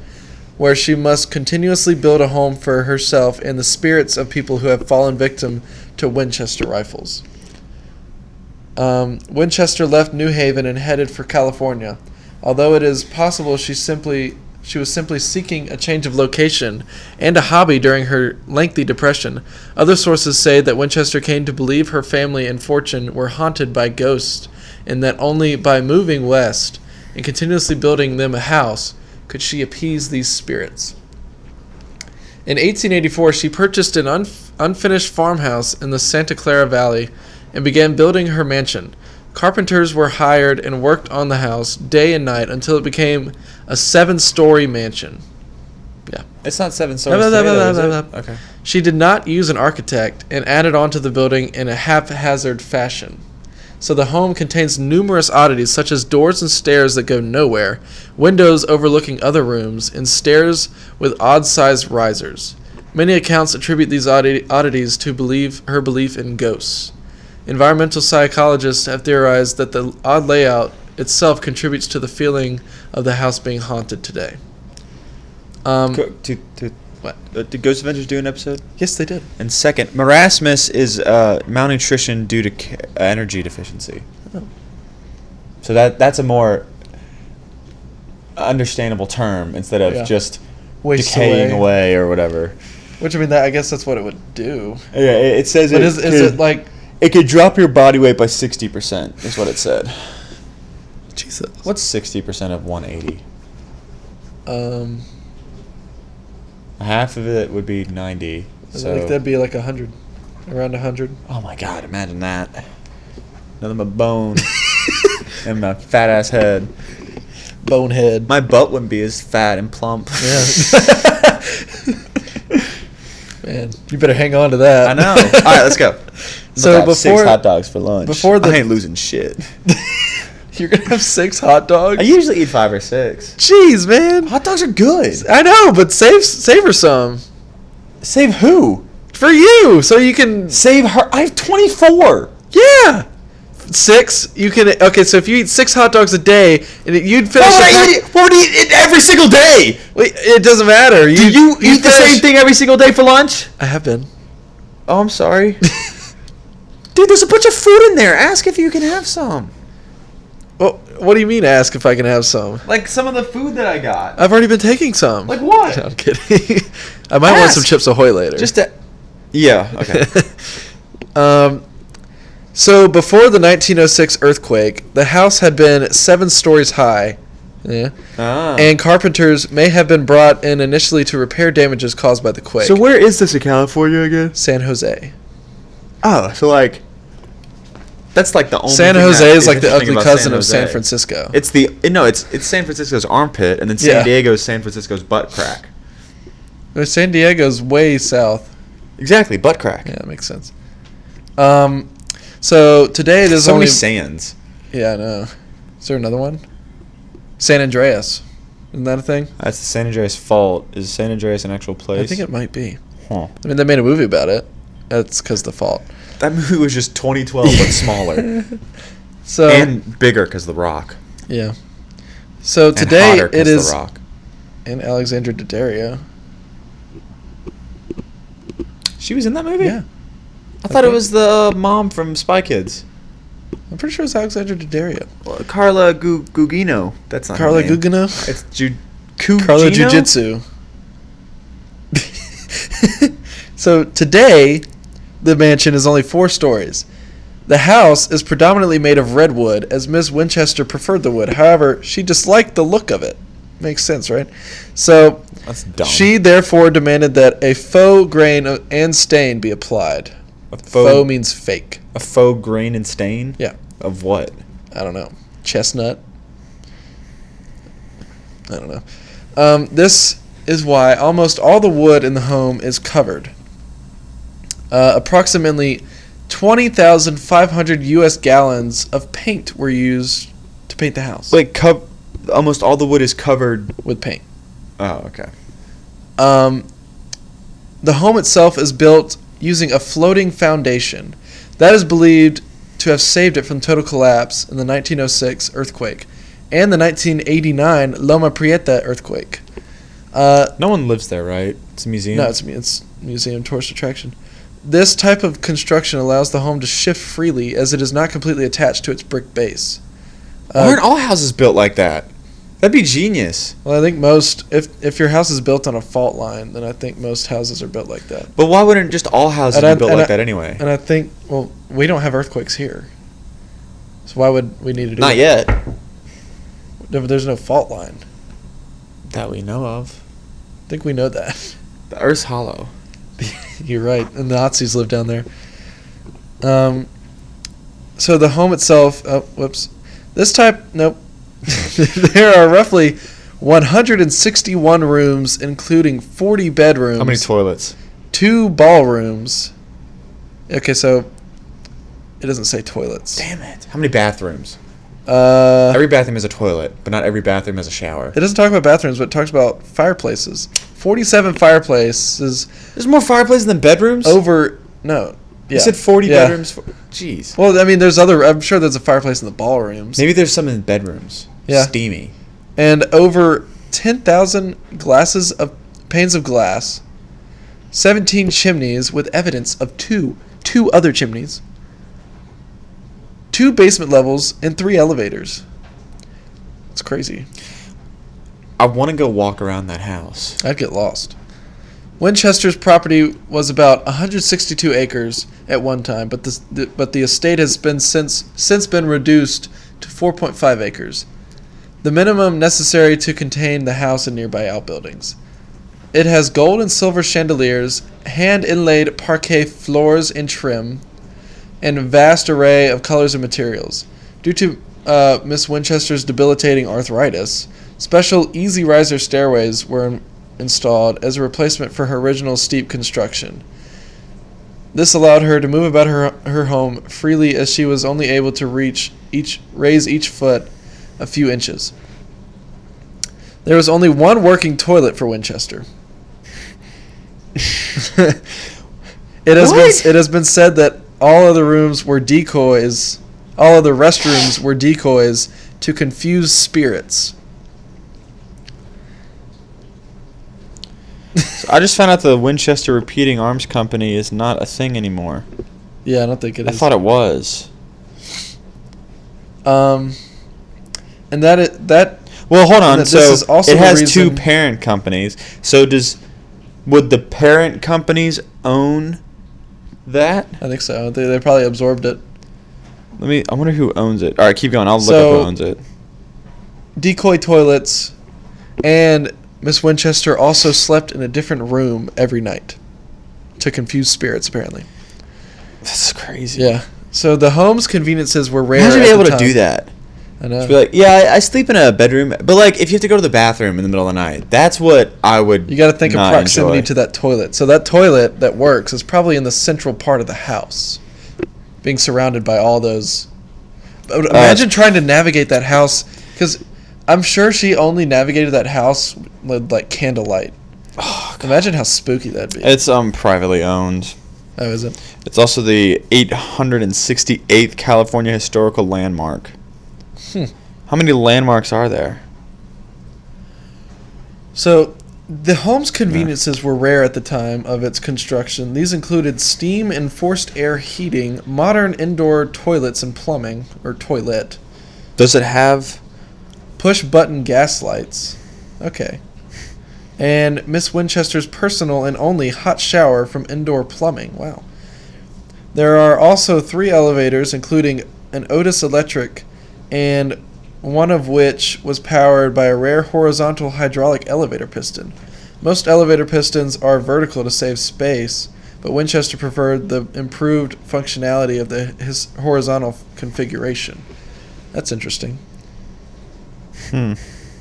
[SPEAKER 2] where she must continuously build a home for herself and the spirits of people who have fallen victim to Winchester rifles. Um, Winchester left New Haven and headed for California. Although it is possible she simply she was simply seeking a change of location and a hobby during her lengthy depression, other sources say that Winchester came to believe her family and fortune were haunted by ghosts, and that only by moving west and continuously building them a house could she appease these spirits. In 1884, she purchased an unf- unfinished farmhouse in the Santa Clara Valley and began building her mansion. Carpenters were hired and worked on the house day and night until it became a seven story mansion.
[SPEAKER 1] It's not seven
[SPEAKER 2] stories today, though, is it?
[SPEAKER 1] Okay.
[SPEAKER 2] She did not use an architect and added on to the building in a haphazard fashion. So the home contains numerous oddities such as doors and stairs that go nowhere, windows overlooking other rooms, and stairs with odd-sized risers. Many accounts attribute these oddi- oddities to believe her belief in ghosts. Environmental psychologists have theorized that the odd layout itself contributes to the feeling of the house being haunted today. Um,
[SPEAKER 1] Co- to, to,
[SPEAKER 2] What?
[SPEAKER 1] Uh, did Ghost Adventures do an episode?
[SPEAKER 2] yes, they did.
[SPEAKER 1] And second, marasmus is uh, malnutrition due to ca- uh, energy deficiency.
[SPEAKER 2] Oh.
[SPEAKER 1] So that that's a more understandable term instead of
[SPEAKER 2] Yeah.
[SPEAKER 1] just
[SPEAKER 2] Wastes
[SPEAKER 1] decaying
[SPEAKER 2] away.
[SPEAKER 1] away. or whatever.
[SPEAKER 2] Which I mean, that I guess that's what it would do.
[SPEAKER 1] Yeah, it, it says
[SPEAKER 2] But
[SPEAKER 1] it,
[SPEAKER 2] is, is
[SPEAKER 1] could,
[SPEAKER 2] it like
[SPEAKER 1] it could drop your body weight by sixty percent. Is what it said.
[SPEAKER 2] Jesus?
[SPEAKER 1] What's sixty percent of one eighty?
[SPEAKER 2] Um,
[SPEAKER 1] Half of it would be ninety.
[SPEAKER 2] I
[SPEAKER 1] So
[SPEAKER 2] think that'd be like a hundred, around a hundred.
[SPEAKER 1] oh my god, imagine that. Nothing but bone and my fat ass head.
[SPEAKER 2] Bonehead.
[SPEAKER 1] My butt wouldn't be as fat and plump.
[SPEAKER 2] Yeah. Man, you better hang on to that.
[SPEAKER 1] I know. All right, let's go.
[SPEAKER 2] So
[SPEAKER 1] I'm about to have six
[SPEAKER 2] before-
[SPEAKER 1] hot dogs for lunch.
[SPEAKER 2] before the-
[SPEAKER 1] I ain't losing shit.
[SPEAKER 2] You're gonna have six hot dogs.
[SPEAKER 1] I usually eat five or six.
[SPEAKER 2] Jeez, man.
[SPEAKER 1] Hot dogs are good.
[SPEAKER 2] I know, but save savor some
[SPEAKER 1] Save who?
[SPEAKER 2] for you, so you can.
[SPEAKER 1] Save her. I have 24.
[SPEAKER 2] Yeah. Six. You can. Okay, so if you eat six hot dogs a day, and it- you'd finish.
[SPEAKER 1] Why would,
[SPEAKER 2] a pack-
[SPEAKER 1] I eat it? Why would I eat it every single day?
[SPEAKER 2] Wait, it doesn't matter. You,
[SPEAKER 1] Do you eat the
[SPEAKER 2] finish-
[SPEAKER 1] same thing every single day for lunch?
[SPEAKER 2] I have been.
[SPEAKER 1] Oh, I'm sorry. Dude, there's a bunch of food in there. Ask if you can have some.
[SPEAKER 2] Well, what do you mean? Ask if I can have some.
[SPEAKER 1] Like some of the food that I got.
[SPEAKER 2] I've already been taking some.
[SPEAKER 1] Like what?
[SPEAKER 2] No, I'm kidding. I might want some
[SPEAKER 1] Ask.
[SPEAKER 2] Chips Ahoy later.
[SPEAKER 1] Just a. Yeah. Okay.
[SPEAKER 2] um, so before the 1906 earthquake, the house had been seven stories high. Yeah.
[SPEAKER 1] ah.
[SPEAKER 2] And carpenters may have been brought in initially to repair damages caused by the quake.
[SPEAKER 1] so where is this in California again?
[SPEAKER 2] San Jose.
[SPEAKER 1] Oh, so like that's like the only
[SPEAKER 2] San
[SPEAKER 1] thing
[SPEAKER 2] Jose
[SPEAKER 1] that
[SPEAKER 2] is like the
[SPEAKER 1] interesting
[SPEAKER 2] ugly
[SPEAKER 1] about
[SPEAKER 2] cousin of San
[SPEAKER 1] Jose.
[SPEAKER 2] Francisco.
[SPEAKER 1] It's the no, it's it's San Francisco's armpit, and then San
[SPEAKER 2] Yeah.
[SPEAKER 1] Diego is San Francisco's butt crack.
[SPEAKER 2] San Diego's way south.
[SPEAKER 1] Exactly, butt crack.
[SPEAKER 2] Yeah, that makes sense. Um, so today there's
[SPEAKER 1] so
[SPEAKER 2] only
[SPEAKER 1] many sands.
[SPEAKER 2] yeah, I know. Is there another one? San Andreas, isn't that a thing?
[SPEAKER 1] That's the San Andreas fault. Is San Andreas an actual place?
[SPEAKER 2] I think it might be.
[SPEAKER 1] Huh.
[SPEAKER 2] I mean, they made a movie about it. That's because the fault.
[SPEAKER 1] That movie was just 2012, but smaller
[SPEAKER 2] So
[SPEAKER 1] and bigger because The Rock.
[SPEAKER 2] yeah. So
[SPEAKER 1] And
[SPEAKER 2] today
[SPEAKER 1] hotter 'cause
[SPEAKER 2] it is
[SPEAKER 1] The Rock.
[SPEAKER 2] in Alexandra Daddario.
[SPEAKER 1] She was in that movie.
[SPEAKER 2] Yeah,
[SPEAKER 1] I thought it
[SPEAKER 2] think-
[SPEAKER 1] was the uh, mom from Spy Kids,
[SPEAKER 2] I'm pretty sure it's Alexandra Daddario.
[SPEAKER 1] Well, Carla Gu- Gugino. That's not her
[SPEAKER 2] Carla
[SPEAKER 1] name.
[SPEAKER 2] Gugino.
[SPEAKER 1] It's Ju- Cugino?
[SPEAKER 2] Carla Jiu Jitsu. so today, the mansion is only four stories. The house is predominantly made of redwood, as Miss Winchester preferred the wood. However, she disliked the look of it. Makes sense, right? So
[SPEAKER 1] That's dumb.
[SPEAKER 2] She therefore demanded that a faux grain o- and stain be applied.
[SPEAKER 1] a faux,
[SPEAKER 2] Faux means fake.
[SPEAKER 1] a faux grain and stain.
[SPEAKER 2] Yeah.
[SPEAKER 1] Of what?
[SPEAKER 2] I don't know, chestnut. I don't know. Um, this is why almost all the wood in the home is covered. Uh, approximately 20,500 U.S. gallons of paint were used to paint the house
[SPEAKER 1] Like cov- Almost all the wood is covered.
[SPEAKER 2] with paint.
[SPEAKER 1] Oh, okay.
[SPEAKER 2] Um, the home itself is built using a floating foundation. That is believed to have saved it from total collapse in the 1906 earthquake and the 1989 Loma Prieta earthquake. Uh,
[SPEAKER 1] No one lives there, right? It's a museum.
[SPEAKER 2] no, it's it's museum tourist attraction. This type of construction allows the home to shift freely as it is not completely attached to its brick base. Uh,
[SPEAKER 1] Why aren't all houses built like that? uh, That'd be genius.
[SPEAKER 2] Well, I think most if if your house is built on a fault line, then I think most houses are built like that.
[SPEAKER 1] But why wouldn't just all houses
[SPEAKER 2] And I-
[SPEAKER 1] be built
[SPEAKER 2] and
[SPEAKER 1] like
[SPEAKER 2] I-
[SPEAKER 1] that anyway?
[SPEAKER 2] And I think, well, we don't have earthquakes here. So why would we need to do
[SPEAKER 1] Not
[SPEAKER 2] it?
[SPEAKER 1] yet.
[SPEAKER 2] No, but There's no fault line.
[SPEAKER 1] That we know of.
[SPEAKER 2] I think we know that.
[SPEAKER 1] The Earth's hollow.
[SPEAKER 2] You're right. And the Nazis lived down there. Um, so the home itself, oh, whoops. This type, nope. there are roughly 161 rooms, including 40 bedrooms.
[SPEAKER 1] How many toilets?
[SPEAKER 2] two ballrooms. Okay, so it doesn't say toilets.
[SPEAKER 1] Damn it. How many bathrooms?
[SPEAKER 2] Uh,
[SPEAKER 1] Every bathroom has a toilet, but not every bathroom has a shower.
[SPEAKER 2] It doesn't talk about bathrooms, but it talks about fireplaces. Forty-seven fireplaces
[SPEAKER 1] There's more fireplaces than bedrooms?
[SPEAKER 2] over no. Yeah.
[SPEAKER 1] You said 40
[SPEAKER 2] Yeah.
[SPEAKER 1] bedrooms. For, jeez.
[SPEAKER 2] Well, I mean, there's other. I'm sure there's a fireplace in the ballrooms.
[SPEAKER 1] Maybe there's some in bedrooms.
[SPEAKER 2] Yeah.
[SPEAKER 1] Steamy.
[SPEAKER 2] And over ten thousand glasses of panes of glass, seventeen chimneys with evidence of two two other chimneys, two basement levels, and three elevators. It's crazy.
[SPEAKER 1] I want to go walk around that house.
[SPEAKER 2] I'd get lost. Winchester's property was about 162 acres at one time, but the, the but the estate has been since since been reduced to 4.5 acres, the minimum necessary to contain the house and nearby outbuildings. It has gold and silver chandeliers, hand inlaid parquet floors and trim, and a vast array of colors and materials. Due to uh, Miss Winchester's debilitating arthritis, special easy riser stairways were in- installed as a replacement for her original steep construction. This allowed her to move about her, her home freely as she was only able to reach each raise each foot a few inches. There was only one working toilet for Winchester. It has
[SPEAKER 1] What?
[SPEAKER 2] been it has been said that all other rooms were decoys. All other restrooms were decoys to confuse spirits.
[SPEAKER 1] So I just found out the Winchester Repeating Arms Company is not a thing anymore.
[SPEAKER 2] Yeah, I don't think it is.
[SPEAKER 1] I thought it was.
[SPEAKER 2] um, and that it, that
[SPEAKER 1] Well, hold on.
[SPEAKER 2] that
[SPEAKER 1] So
[SPEAKER 2] this is also
[SPEAKER 1] it
[SPEAKER 2] the
[SPEAKER 1] has two
[SPEAKER 2] reason-
[SPEAKER 1] parent companies. So does would the parent companies own that?
[SPEAKER 2] I think so. They, they probably absorbed it.
[SPEAKER 1] Let me. I wonder who owns it. All right, keep going. I'll look up
[SPEAKER 2] So-
[SPEAKER 1] who owns it.
[SPEAKER 2] Decoy toilets, and Miss Winchester also slept in a different room every night to confuse spirits. Apparently,
[SPEAKER 1] That's crazy.
[SPEAKER 2] yeah. So the home's conveniences were rare.
[SPEAKER 1] Imagine
[SPEAKER 2] at
[SPEAKER 1] being
[SPEAKER 2] the
[SPEAKER 1] able to
[SPEAKER 2] time.
[SPEAKER 1] do that.
[SPEAKER 2] I know.
[SPEAKER 1] Just be like, yeah, I, I sleep in a bedroom, but like if you have to go to the bathroom in the middle of the night, that's what I would.
[SPEAKER 2] You got to think of
[SPEAKER 1] not
[SPEAKER 2] proximity
[SPEAKER 1] enjoy.
[SPEAKER 2] to that toilet. So that toilet that works is probably in the central part of the house, being surrounded by all those.
[SPEAKER 1] Uh,
[SPEAKER 2] But imagine trying to navigate that house, because I'm sure she only navigated that house with like candlelight. imagine how spooky that'd be.
[SPEAKER 1] It's um privately owned.
[SPEAKER 2] oh, is it?
[SPEAKER 1] It's also the 868th California historical landmark. Hmm. How many landmarks are there?
[SPEAKER 2] So the home's conveniences were rare at the time of its construction. These included steam and forced air heating, modern indoor toilets and plumbing, or toilet.
[SPEAKER 1] Does it have?
[SPEAKER 2] push button gas lights. Okay. And Miss Winchester's personal and only hot shower from indoor plumbing. Wow. There are also three elevators, including an Otis Electric, and one of which was powered by a rare horizontal hydraulic elevator piston. Most elevator pistons are vertical to save space, but Winchester preferred the improved functionality of the his horizontal configuration. That's interesting.
[SPEAKER 1] Hmm.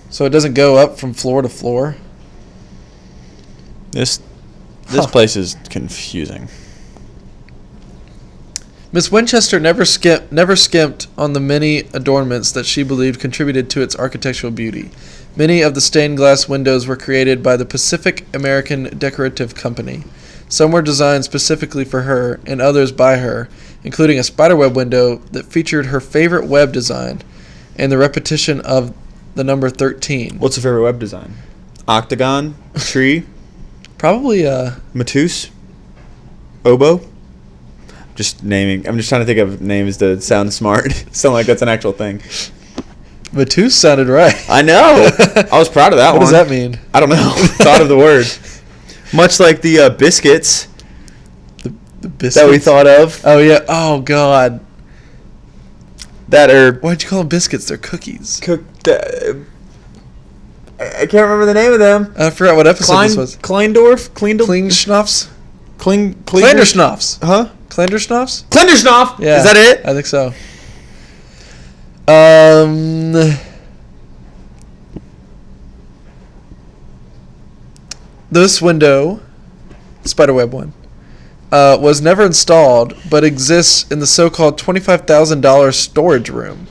[SPEAKER 2] So it doesn't go up from floor to floor.
[SPEAKER 1] This this
[SPEAKER 2] Huh.
[SPEAKER 1] place is confusing.
[SPEAKER 2] Miss Winchester never skipped never skimped on the many adornments that she believed contributed to its architectural beauty. Many of the stained glass windows were created by the Pacific American Decorative Company. Some were designed specifically for her and others by her, including a spiderweb window that featured her favorite web design and the repetition of the number 13.
[SPEAKER 1] What's your favorite web design? Octagon, tree,
[SPEAKER 2] Probably uh
[SPEAKER 1] Matus, oboe. Just naming. I'm just trying to think of names that sound smart. sound like that's an actual thing.
[SPEAKER 2] Matus sounded right.
[SPEAKER 1] I know. I was proud of that
[SPEAKER 2] what
[SPEAKER 1] one.
[SPEAKER 2] does that mean?
[SPEAKER 1] I don't know. Thought of the word. Much like the uh, biscuits
[SPEAKER 2] The
[SPEAKER 1] that we
[SPEAKER 2] biscuits?
[SPEAKER 1] thought of.
[SPEAKER 2] Oh yeah. Oh god.
[SPEAKER 1] That are
[SPEAKER 2] Why'd you call them biscuits? They're cookies.
[SPEAKER 1] cooked. Uh, I I can't remember the name of them.
[SPEAKER 2] uh, I forgot what episode
[SPEAKER 1] Klein,
[SPEAKER 2] this was.
[SPEAKER 1] Kleindorf? Kleindel?
[SPEAKER 2] Klingschnapps?
[SPEAKER 1] Kling, Klinger-
[SPEAKER 2] Klanderschnapps.
[SPEAKER 1] Huh?
[SPEAKER 2] Klanderschnapps?
[SPEAKER 1] Klinderschnopf!
[SPEAKER 2] Yeah.
[SPEAKER 1] Is that it?
[SPEAKER 2] I think so. Um. This window, spiderweb one, uh, was never installed, but exists in the so-called twenty-five thousand dollars storage room,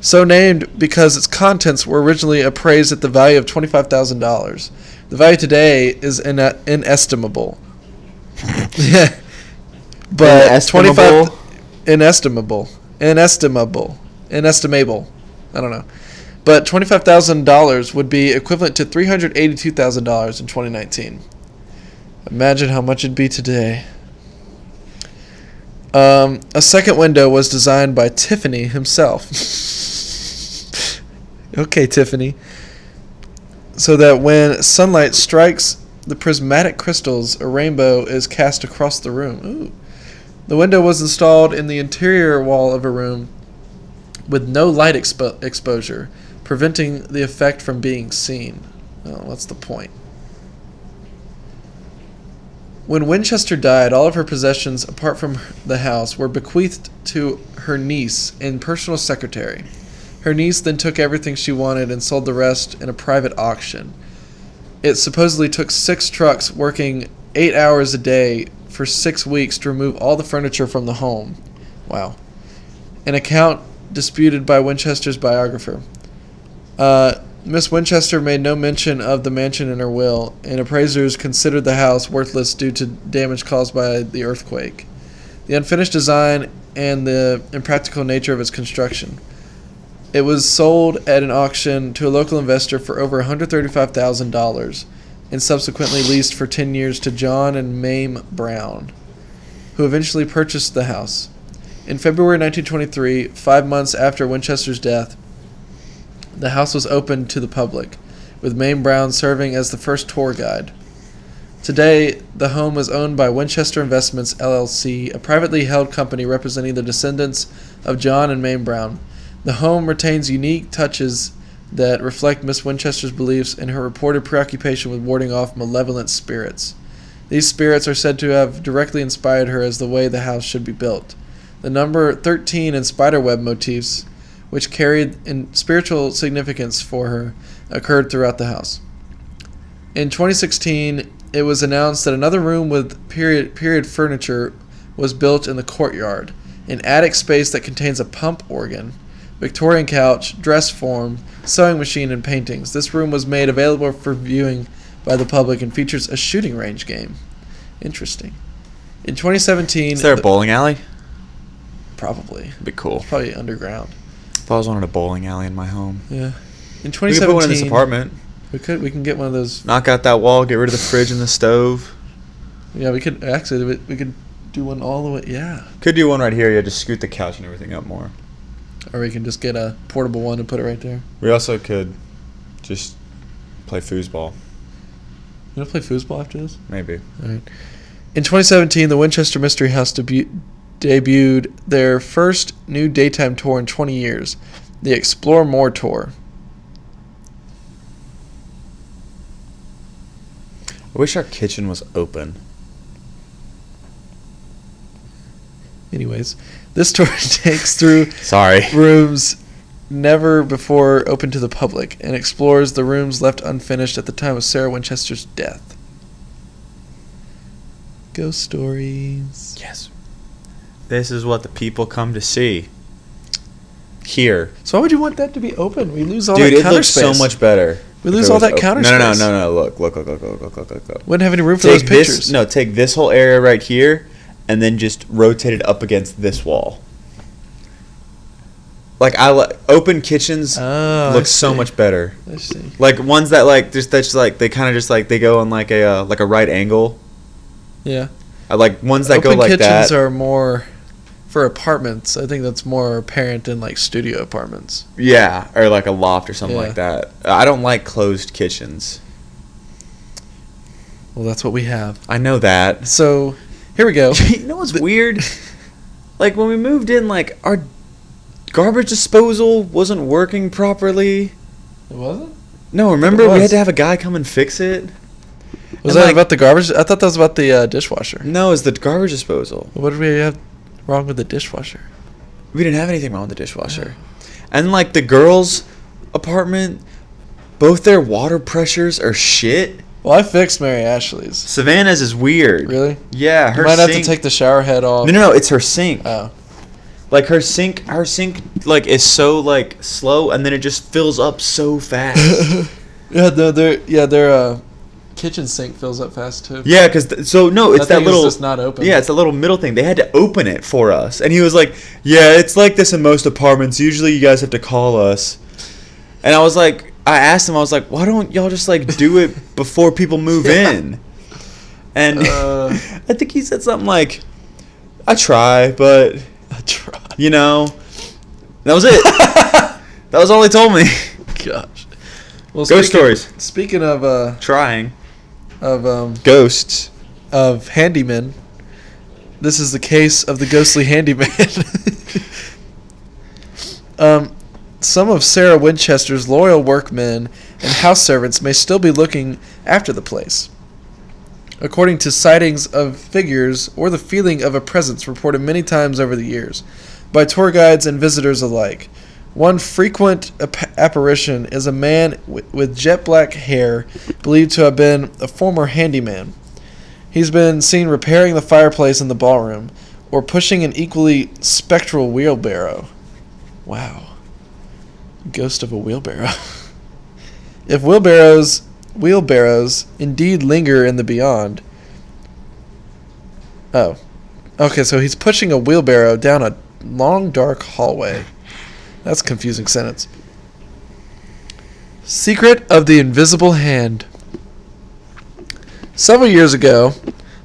[SPEAKER 2] so named because its contents were originally appraised at the value of twenty-five thousand dollars. The value today is in- inestimable. yeah, but twenty-five
[SPEAKER 1] Inestimable.
[SPEAKER 2] inestimable, inestimable, inestimable. I don't know. But twenty-five thousand dollars would be equivalent to three hundred eighty-two thousand dollars in twenty nineteen. Imagine how much it'd be today. Um, a second window was designed by Tiffany himself. okay, Tiffany. So that when sunlight strikes the prismatic crystals, a rainbow is cast across the room. Ooh. The window was installed in the interior wall of a room with no light expo- exposure, preventing the effect from being seen. Well, what's the point? When Winchester died, all of her possessions, apart from the house, were bequeathed to her niece and personal secretary. Her niece then took everything she wanted and sold the rest in a private auction. It supposedly took six trucks working eight hours a day for six weeks to remove all the furniture from the home. Wow. An account disputed by Winchester's biographer. Uh, Miss Winchester made no mention of the mansion in her will, and appraisers considered the house worthless due to damage caused by the earthquake, the unfinished design, and the impractical nature of its construction. It was sold at an auction to a local investor for over $135,000 and subsequently leased for 10 years to John and Mame Brown, who eventually purchased the house. In February 1923, five months after Winchester's death, the house was opened to the public, with Mame Brown serving as the first tour guide. Today, the home is owned by Winchester Investments LLC, a privately held company representing the descendants of John and Mame Brown. The home retains unique touches that reflect Miss Winchester's beliefs and her reported preoccupation with warding off malevolent spirits. These spirits are said to have directly inspired her as the way the house should be built. The number 13 and spiderweb motifs, which carried in spiritual significance for her, occurred throughout the house. In 2016, it was announced that another room with period period furniture was built in the courtyard, an attic space that contains a pump organ, Victorian couch, dress form, sewing machine, and paintings. This room was made available for viewing by the public and features a shooting range game. Interesting. In 2017,
[SPEAKER 1] Is there a
[SPEAKER 2] the-
[SPEAKER 1] bowling alley?
[SPEAKER 2] probably
[SPEAKER 1] It'd be cool.
[SPEAKER 2] probably underground.
[SPEAKER 1] If I was wanted a bowling alley in my home.
[SPEAKER 2] Yeah. In
[SPEAKER 1] We could
[SPEAKER 2] 2017,
[SPEAKER 1] put one in this apartment.
[SPEAKER 2] we could we can get one of those.
[SPEAKER 1] Knock out that wall, get rid of the fridge and the stove.
[SPEAKER 2] Yeah, we could actually we, we could do one all the way. Yeah.
[SPEAKER 1] Could do one right here, yeah, just scoot the couch and everything up more.
[SPEAKER 2] Or we can just get a portable one and put it right there.
[SPEAKER 1] We also could just play foosball,
[SPEAKER 2] You want to play foosball after this?
[SPEAKER 1] maybe.
[SPEAKER 2] All right. In 2017, the Winchester Mystery House debu- debuted their first new daytime tour in 20 years, the Explore More Tour.
[SPEAKER 1] I wish our kitchen was open.
[SPEAKER 2] Anyways, this tour takes through
[SPEAKER 1] Sorry.
[SPEAKER 2] rooms never before open to the public and explores the rooms left unfinished at the time of Sarah Winchester's death. Ghost stories.
[SPEAKER 1] Yes. This is what the people come to see. Here,
[SPEAKER 2] So why would you want that to be open? We lose all
[SPEAKER 1] dude,
[SPEAKER 2] that
[SPEAKER 1] it
[SPEAKER 2] counter
[SPEAKER 1] looks
[SPEAKER 2] space.
[SPEAKER 1] so much better.
[SPEAKER 2] we
[SPEAKER 1] if
[SPEAKER 2] lose
[SPEAKER 1] it
[SPEAKER 2] all
[SPEAKER 1] was
[SPEAKER 2] that
[SPEAKER 1] open.
[SPEAKER 2] counter
[SPEAKER 1] no,
[SPEAKER 2] space.
[SPEAKER 1] No, no, no, no. Look, look, look, look, look, look, look, look, look.
[SPEAKER 2] Wouldn't have any room for
[SPEAKER 1] Take
[SPEAKER 2] those
[SPEAKER 1] this.
[SPEAKER 2] pictures.
[SPEAKER 1] No, take this whole area right here, and then just rotate it up against this wall. Like I li- open kitchens
[SPEAKER 2] Oh, I
[SPEAKER 1] look so
[SPEAKER 2] see.
[SPEAKER 1] much better.
[SPEAKER 2] I see.
[SPEAKER 1] Like ones that like just that's like they kind of just like they go on like a uh, like a right angle.
[SPEAKER 2] Yeah.
[SPEAKER 1] I like ones that
[SPEAKER 2] open
[SPEAKER 1] go like
[SPEAKER 2] kitchens
[SPEAKER 1] that.
[SPEAKER 2] are more for apartments. I think that's more apparent in like studio apartments.
[SPEAKER 1] yeah, or like a loft or something
[SPEAKER 2] Yeah.
[SPEAKER 1] like that. I don't like closed kitchens.
[SPEAKER 2] Well, that's what we have.
[SPEAKER 1] I know that.
[SPEAKER 2] So here we go.
[SPEAKER 1] you know what's weird? Like when we moved in, like our garbage disposal wasn't working properly.
[SPEAKER 2] It wasn't.
[SPEAKER 1] No, remember we
[SPEAKER 2] was.
[SPEAKER 1] had to have a guy come and fix it.
[SPEAKER 2] Was
[SPEAKER 1] And,
[SPEAKER 2] that
[SPEAKER 1] like-
[SPEAKER 2] about the garbage? I thought that was about the uh, dishwasher.
[SPEAKER 1] No, it's the garbage disposal.
[SPEAKER 2] What did we have wrong with the dishwasher?
[SPEAKER 1] We didn't have anything wrong with the dishwasher. And like the girls' apartment, both their water pressures are shit.
[SPEAKER 2] Well, I fixed Mary Ashley's.
[SPEAKER 1] Savannah's is weird.
[SPEAKER 2] Really?
[SPEAKER 1] Yeah, her
[SPEAKER 2] you might
[SPEAKER 1] sink.
[SPEAKER 2] have to take the shower head off.
[SPEAKER 1] no, no, no, it's her sink.
[SPEAKER 2] Oh,
[SPEAKER 1] Like her sink, her sink like is so like slow, and then it just fills up so fast.
[SPEAKER 2] yeah, no, their yeah their uh, kitchen sink fills up fast too.
[SPEAKER 1] yeah, cause th- so no, it's that,
[SPEAKER 2] That thing is
[SPEAKER 1] little.
[SPEAKER 2] just not open.
[SPEAKER 1] Yeah, it's that little middle thing. They had to open it for us, and he was like, "Yeah, it's like this in most apartments. Usually, you guys have to call us." And I was like, I asked him, I was like, "Why don't y'all just like do it before people move
[SPEAKER 2] Yeah.
[SPEAKER 1] in?" And
[SPEAKER 2] Uh.
[SPEAKER 1] I think he said something like, "I try, but
[SPEAKER 2] I tried.
[SPEAKER 1] you know." That was it. that was all he told me.
[SPEAKER 2] Gosh. Well,
[SPEAKER 1] Ghost
[SPEAKER 2] speaking-
[SPEAKER 1] stories.
[SPEAKER 2] Speaking of uh
[SPEAKER 1] Trying.
[SPEAKER 2] of um
[SPEAKER 1] Ghosts.
[SPEAKER 2] of handymen, this is the case of the ghostly handyman. um, some of Sarah Winchester's loyal workmen and house servants may still be looking after the place. According to sightings of figures or the feeling of a presence reported many times over the years by tour guides and visitors alike, one frequent ap- apparition is a man wi with jet black hair believed to have been a former handyman. He's been seen repairing the fireplace in the ballroom or pushing an equally spectral wheelbarrow. Wow. Ghost of a wheelbarrow. if wheelbarrows wheelbarrows indeed linger in the beyond. Oh. Okay, so he's pushing a wheelbarrow down a long dark hallway. That's a confusing sentence. Secret of the invisible hand. Several years ago,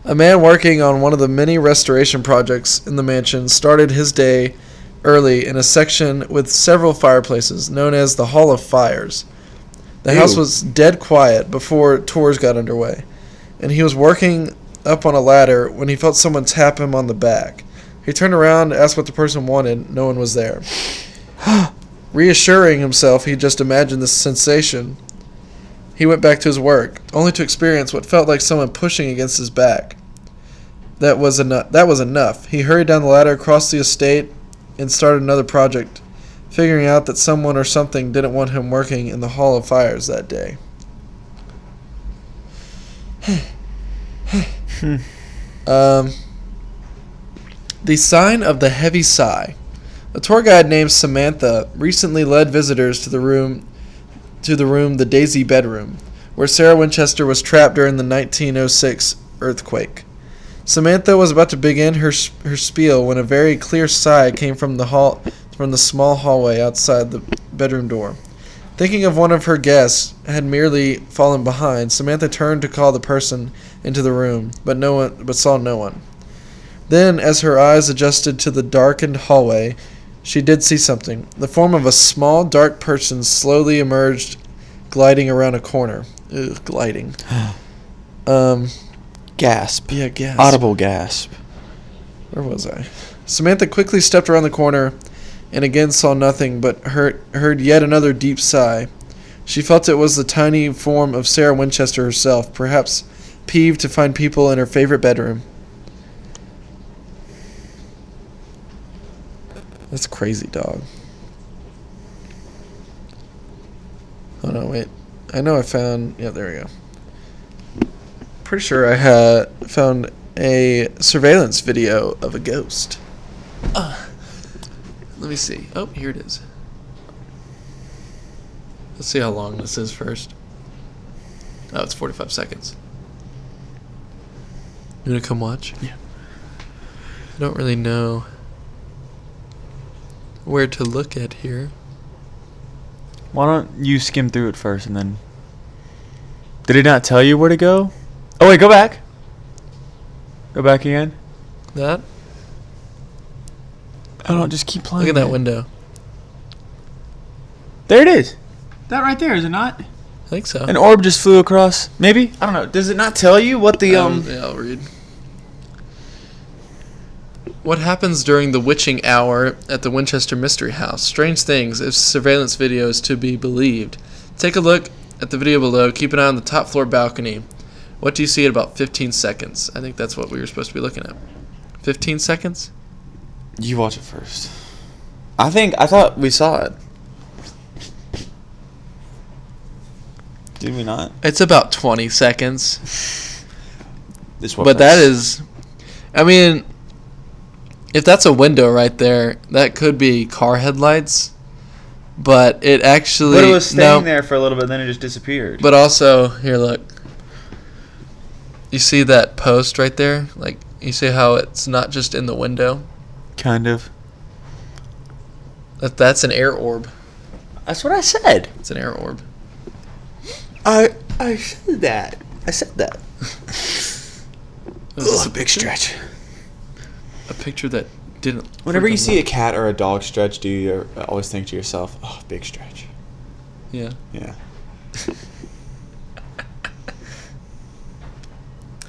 [SPEAKER 2] a man working on one of the many restoration projects in the mansion started his day early in a section with several fireplaces known as the Hall of Fires. The house
[SPEAKER 1] Ew.
[SPEAKER 2] was dead quiet before tours got underway, and he was working up on a ladder when he felt someone tap him on the back. He turned around, asked what the person wanted. No one was there. Reassuring himself he just imagined this sensation, he went back to his work, only to experience what felt like someone pushing against his back. That was enough. That was enough. He hurried down the ladder across the estate and started another project, figuring out that someone or something didn't want him working in the Hall of Fires that day. um, the sign of the heavy sigh. A tour guide named Samantha recently led visitors to the room to the room the Daisy Bedroom, where Sarah Winchester was trapped during the 1906 earthquake. Samantha was about to begin her s- her spiel when a very clear sigh came from the hall from the small hallway outside the bedroom door. Thinking of one of her guests had merely fallen behind, Samantha turned to call the person into the room, but no one but saw no one. Then, as her eyes adjusted to the darkened hallway, she did see something. The form of a small, dark person slowly emerged, gliding around a corner. Ugh, gliding. Um,
[SPEAKER 1] Gasp.
[SPEAKER 2] yeah, gas.
[SPEAKER 1] Audible gasp.
[SPEAKER 2] Where was I? Samantha quickly stepped around the corner and again saw nothing but heard, heard yet another deep sigh. She felt it was the tiny form of Sarah Winchester herself, perhaps peeved to find people in her favorite bedroom. That's crazy, dog. Oh no, wait. I know I found. Yeah, there we go. Pretty sure I had found a surveillance video of a ghost. Uh, let me see. Oh, here it is. Let's see how long this is first. Oh, it's 45 seconds. You gonna come watch? Yeah. I don't really know where to look at here.
[SPEAKER 1] Why don't you skim through it first and then. Did it not tell you where to go? Oh, wait, go back. Go back again.
[SPEAKER 2] That?
[SPEAKER 1] I don't just keep playing.
[SPEAKER 2] Look at that
[SPEAKER 1] it.
[SPEAKER 2] window.
[SPEAKER 1] There it is. That right there, is it not?
[SPEAKER 2] I think so.
[SPEAKER 1] An orb just flew across. Maybe? I don't know. Does it not tell you what the.
[SPEAKER 2] Um, yeah, I'll read. What happens during the witching hour at the Winchester Mystery House? Strange things, if surveillance video is to be believed. Take a look at the video below. Keep an eye on the top floor balcony. What do you see at about 15 seconds? I think that's what we were supposed to be looking at. 15 seconds?
[SPEAKER 1] You watch it first. I think I thought we saw it. Did we not?
[SPEAKER 2] It's about 20 seconds.
[SPEAKER 1] This
[SPEAKER 2] but that is, I mean, if that's a window right there, that could be car headlights. But it actually
[SPEAKER 1] But it was staying
[SPEAKER 2] no,
[SPEAKER 1] there for a little bit, then it just disappeared.
[SPEAKER 2] But also here, look. You see that post right there? Like you see how it's not just in the window.
[SPEAKER 1] kind of.
[SPEAKER 2] That that's an air orb.
[SPEAKER 1] That's what I said.
[SPEAKER 2] It's an air orb.
[SPEAKER 1] I I said that. I said that.
[SPEAKER 2] Is this a,
[SPEAKER 1] big stretch.
[SPEAKER 2] a picture that didn't.
[SPEAKER 1] Whenever you
[SPEAKER 2] freaking
[SPEAKER 1] see a
[SPEAKER 2] look-
[SPEAKER 1] cat or a dog stretch, do you always think to yourself, "Oh, big stretch."
[SPEAKER 2] yeah.
[SPEAKER 1] Yeah.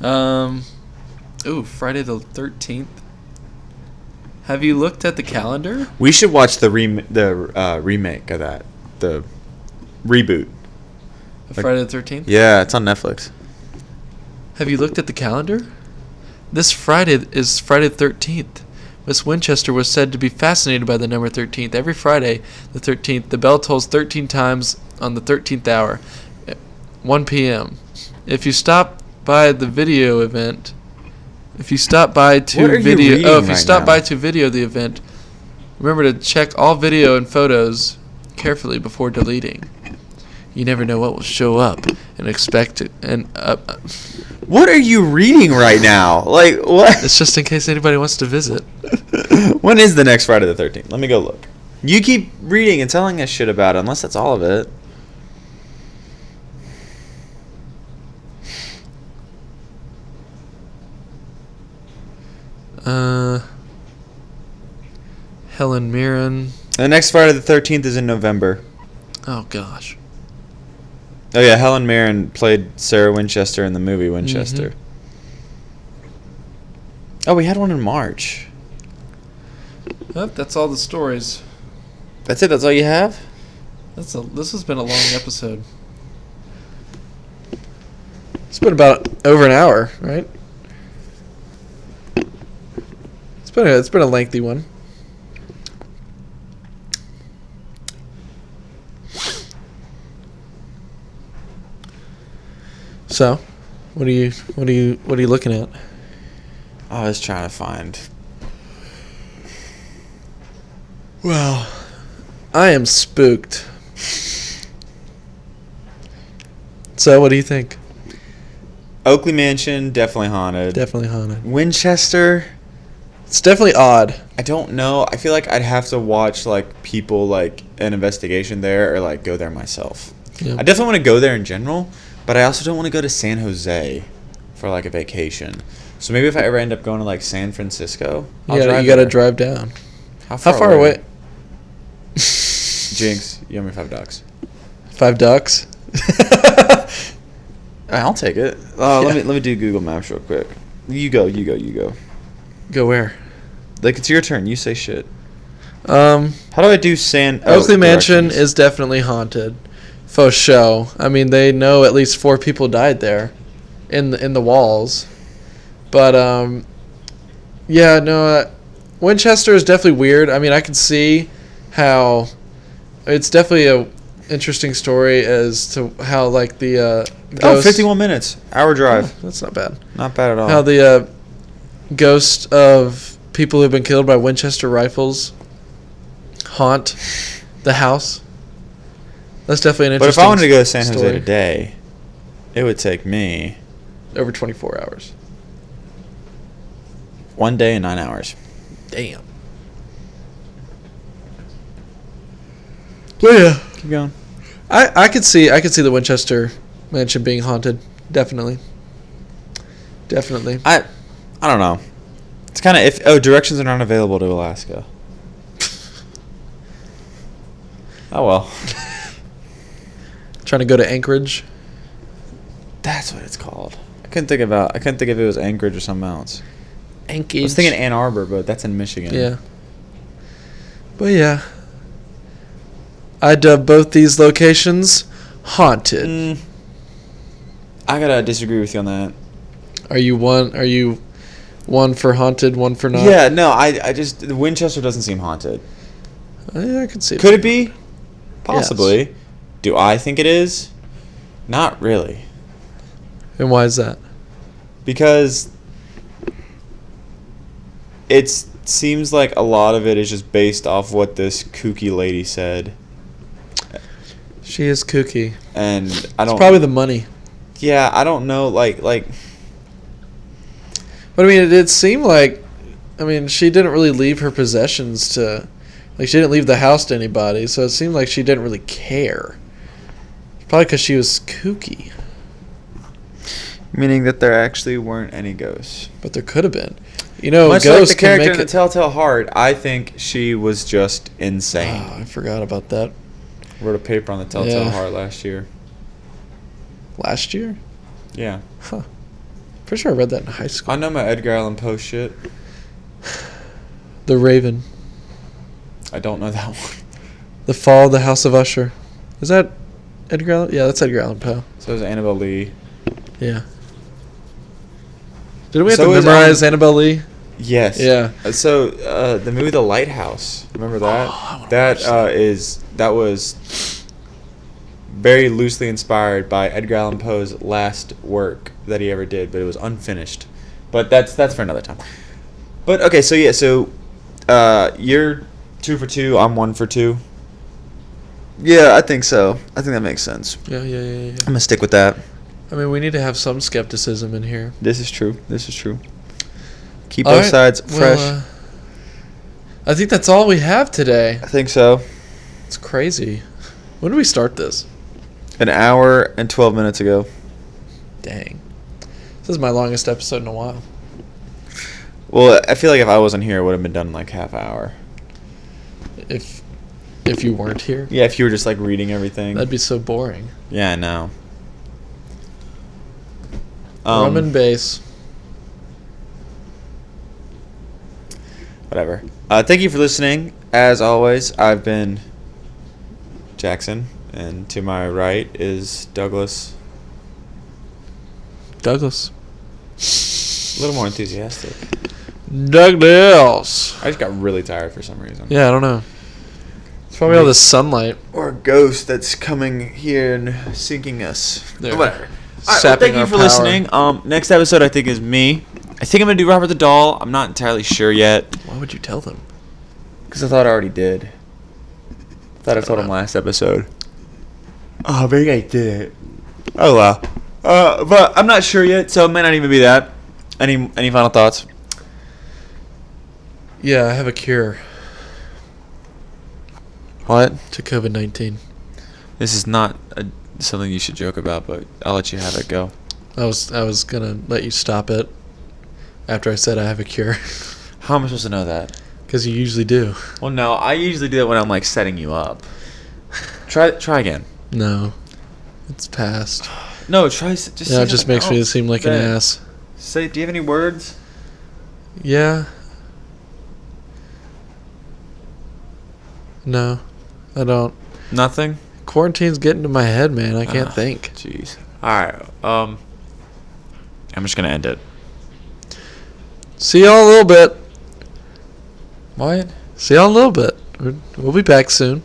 [SPEAKER 2] Um, ooh, Friday the thirteenth. Have you looked at the calendar?
[SPEAKER 1] We should watch the rem- the uh, remake of that, the reboot.
[SPEAKER 2] Of
[SPEAKER 1] Like-
[SPEAKER 2] Friday the thirteenth.
[SPEAKER 1] Yeah, it's on Netflix.
[SPEAKER 2] Have you looked at the calendar? This Friday is Friday the 13th. Miss Winchester was said to be fascinated by the number 13th. Every Friday, the 13th, the bell tolls 13 times on the 13th hour, eh, at 1 p.m. If you stop by the video event, if you stop by
[SPEAKER 1] What
[SPEAKER 2] to
[SPEAKER 1] are you
[SPEAKER 2] video,
[SPEAKER 1] reading
[SPEAKER 2] oh, if you
[SPEAKER 1] right
[SPEAKER 2] stop
[SPEAKER 1] now?
[SPEAKER 2] by to video the event, remember to check all video and photos carefully before deleting. You never know what will show up and expect it, and uh,
[SPEAKER 1] What are you reading right now? Like what?
[SPEAKER 2] It's just in case anybody wants to visit.
[SPEAKER 1] when is the next Friday the Thirteenth? Let me go look. You keep reading and telling us shit about it, unless that's all of it.
[SPEAKER 2] Uh, Helen Mirren.
[SPEAKER 1] The next Friday the Thirteenth is in November.
[SPEAKER 2] Oh gosh.
[SPEAKER 1] Oh yeah, Helen Mirren played Sarah Winchester in the movie Winchester.
[SPEAKER 2] Mhm. Mm-hmm.
[SPEAKER 1] Oh, we had one in March.
[SPEAKER 2] Oh, that's all the stories.
[SPEAKER 1] That's it. That's all you have.
[SPEAKER 2] That's a. This has been a long episode. It's been about over an hour, right? It's been a, it's been a lengthy one. So, what are you what are you what are you looking at?
[SPEAKER 1] Oh, I was trying to find.
[SPEAKER 2] Well, I am spooked. So, what do you think?
[SPEAKER 1] Oakley Mansion definitely haunted.
[SPEAKER 2] Definitely haunted.
[SPEAKER 1] Winchester.
[SPEAKER 2] It's definitely odd.
[SPEAKER 1] I don't know. I feel like I'd have to watch like people like an investigation there or like go there myself.
[SPEAKER 2] Yeah.
[SPEAKER 1] I definitely want to go there in general, but I also don't want to go to San Jose for like a vacation. So maybe if I ever end up going to like San Francisco,
[SPEAKER 2] You gotta, you gotta
[SPEAKER 1] there.
[SPEAKER 2] drive down.
[SPEAKER 1] How
[SPEAKER 2] How far away?
[SPEAKER 1] Jinx, you owe me five bucks.
[SPEAKER 2] Five ducks.
[SPEAKER 1] I'll take it. Uh, Let me let me do Google Maps real quick. You go, you go, you go.
[SPEAKER 2] Go where?
[SPEAKER 1] Like it's your turn. You say shit.
[SPEAKER 2] Um,
[SPEAKER 1] How do I do San oh,
[SPEAKER 2] Oakley Mansion
[SPEAKER 1] directions.
[SPEAKER 2] is definitely haunted, for show. I mean, they know at least four people died there, in the, in the walls. But um, yeah, no, uh, Winchester is definitely weird. I mean, I can see how it's definitely a interesting story as to how like the uh,
[SPEAKER 1] Oh,
[SPEAKER 2] ghost-
[SPEAKER 1] 51 minutes. Hour drive.
[SPEAKER 2] Oh, that's not bad.
[SPEAKER 1] Not bad at all.
[SPEAKER 2] How the uh, ghost of people who've been killed by Winchester rifles haunt the house. That's definitely an
[SPEAKER 1] but if
[SPEAKER 2] interesting.
[SPEAKER 1] I wanted to go to San Jose
[SPEAKER 2] story.
[SPEAKER 1] today, it would take me
[SPEAKER 2] over 24 hours.
[SPEAKER 1] one day and nine hours.
[SPEAKER 2] Damn. But yeah,
[SPEAKER 1] Keep going.
[SPEAKER 2] I I could see I could see the Winchester mansion being haunted. Definitely. Definitely.
[SPEAKER 1] I, I don't know. It's kind of if oh directions are not available to Alaska. Oh well,
[SPEAKER 2] Trying to go to Anchorage.
[SPEAKER 1] that's what it's called. I couldn't think about. I couldn't think if it was Anchorage or something else.
[SPEAKER 2] Anchorage.
[SPEAKER 1] I was thinking Ann Arbor, but that's in Michigan.
[SPEAKER 2] Yeah. But yeah. I dub both these locations haunted.
[SPEAKER 1] Mm, I gotta disagree with you on that.
[SPEAKER 2] Are you one are you one for haunted, one for not?
[SPEAKER 1] Yeah, no, I, I just Winchester doesn't seem haunted.
[SPEAKER 2] Oh, Yeah, I could see
[SPEAKER 1] Could it be? Possibly. Do I think it is? Not really.
[SPEAKER 2] And why is that?
[SPEAKER 1] because it seems like a lot of it is just based off what this kooky lady said,
[SPEAKER 2] She is kooky.
[SPEAKER 1] and I don't.
[SPEAKER 2] It's probably the money.
[SPEAKER 1] yeah. I don't know. Like like
[SPEAKER 2] But I mean, it did seem like, I mean, she didn't really leave her possessions to, like, she didn't leave the house to anybody. So it seemed like she didn't really care. Probably because she was kooky,
[SPEAKER 1] meaning that there actually weren't any ghosts.
[SPEAKER 2] but there could have been. You know,
[SPEAKER 1] Much like
[SPEAKER 2] Oh, ghosts
[SPEAKER 1] the
[SPEAKER 2] can
[SPEAKER 1] character
[SPEAKER 2] make
[SPEAKER 1] in the
[SPEAKER 2] it.
[SPEAKER 1] Telltale Heart, I think she was just insane.
[SPEAKER 2] oh, I forgot about that
[SPEAKER 1] Wrote a paper on the Telltale
[SPEAKER 2] Yeah.
[SPEAKER 1] Heart last year.
[SPEAKER 2] last year.
[SPEAKER 1] Yeah,
[SPEAKER 2] Pretty sure I read that in high school.
[SPEAKER 1] I know my Edgar Allan Poe shit.
[SPEAKER 2] The Raven,
[SPEAKER 1] I don't know that one.
[SPEAKER 2] The Fall of the House of Usher. Is that Edgar? Allan? Yeah, that's Edgar Allan Poe.
[SPEAKER 1] So is Annabelle Lee.
[SPEAKER 2] Yeah. Didn't we have
[SPEAKER 1] So
[SPEAKER 2] to
[SPEAKER 1] is,
[SPEAKER 2] memorize
[SPEAKER 1] um,
[SPEAKER 2] Annabelle Lee?
[SPEAKER 1] Yes.
[SPEAKER 2] Yeah.
[SPEAKER 1] Uh, So uh, the movie The Lighthouse, remember that?
[SPEAKER 2] I wanna
[SPEAKER 1] that
[SPEAKER 2] watch
[SPEAKER 1] uh, is that was very loosely inspired by Edgar Allan Poe's last work that he ever did, but it was unfinished. But that's that's for another time. But okay, so yeah, so uh, you're two for two. I'm one for two. Yeah, I think so. I think that makes sense.
[SPEAKER 2] Yeah, yeah, yeah, yeah.
[SPEAKER 1] I'm gonna stick with that.
[SPEAKER 2] I mean, we need to have some skepticism in here.
[SPEAKER 1] This is true. This is true. Keep
[SPEAKER 2] All
[SPEAKER 1] both
[SPEAKER 2] right,
[SPEAKER 1] sides
[SPEAKER 2] well,
[SPEAKER 1] fresh.
[SPEAKER 2] uh, I think that's all we have today.
[SPEAKER 1] I think so.
[SPEAKER 2] It's crazy. When did we start this?
[SPEAKER 1] An hour and 12 minutes ago.
[SPEAKER 2] Dang. This is my longest episode in a while.
[SPEAKER 1] Well, I feel like if I wasn't here, it would have been done in like half hour.
[SPEAKER 2] If if you weren't here,
[SPEAKER 1] Yeah, if you were just like reading everything.
[SPEAKER 2] that'd be so boring.
[SPEAKER 1] yeah, I know.
[SPEAKER 2] Rum and
[SPEAKER 1] Um,
[SPEAKER 2] bass.
[SPEAKER 1] whatever. Uh, thank you for listening. As always, I've been Jackson, and to my right is Douglas.
[SPEAKER 2] Douglas.
[SPEAKER 1] A little more enthusiastic.
[SPEAKER 2] Douglas.
[SPEAKER 1] I just got really tired for some reason.
[SPEAKER 2] Yeah, I don't know. It's probably all the sunlight.
[SPEAKER 1] Or a ghost that's coming here and sinking us.
[SPEAKER 2] There.
[SPEAKER 1] Whatever. All right, well,
[SPEAKER 2] Sapping
[SPEAKER 1] thank you
[SPEAKER 2] our
[SPEAKER 1] for
[SPEAKER 2] power.
[SPEAKER 1] listening. Um, next episode, I think, is me. I think I'm going to do Robert the Doll. I'm not entirely sure yet.
[SPEAKER 2] Why would you tell them?
[SPEAKER 1] Because I thought I already did. thought I told him last episode. Oh, maybe I did it. Oh, wow. Uh, but I'm not sure yet, so it might not even be that. Any any final thoughts?
[SPEAKER 2] Yeah, I have a cure
[SPEAKER 1] What?
[SPEAKER 2] to COVID nineteen.
[SPEAKER 1] This is not a, something you should joke about, but I'll let you have it go.
[SPEAKER 2] I was I was gonna let you stop it after I said I have a cure.
[SPEAKER 1] How am I supposed to know that?
[SPEAKER 2] Because you usually do.
[SPEAKER 1] Well, no, I usually do that when I'm like setting you up. try try again.
[SPEAKER 2] No. It's past.
[SPEAKER 1] No, try s- just.
[SPEAKER 2] Yeah,
[SPEAKER 1] say
[SPEAKER 2] it just
[SPEAKER 1] something
[SPEAKER 2] makes me
[SPEAKER 1] else.
[SPEAKER 2] seem like an
[SPEAKER 1] Say-
[SPEAKER 2] ass.
[SPEAKER 1] Say, do you have any words?
[SPEAKER 2] Yeah. No, I don't.
[SPEAKER 1] Nothing.
[SPEAKER 2] Ah. Quarantine's getting to my head, man. I can't
[SPEAKER 1] Ah.
[SPEAKER 2] think.
[SPEAKER 1] Jeez. All right. Um. I'm just gonna end it.
[SPEAKER 2] See y'all in a little bit.
[SPEAKER 1] What?
[SPEAKER 2] See y'all in a little bit. We're- We'll be back soon.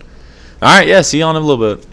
[SPEAKER 1] All right. Yeah. See you all in a little bit.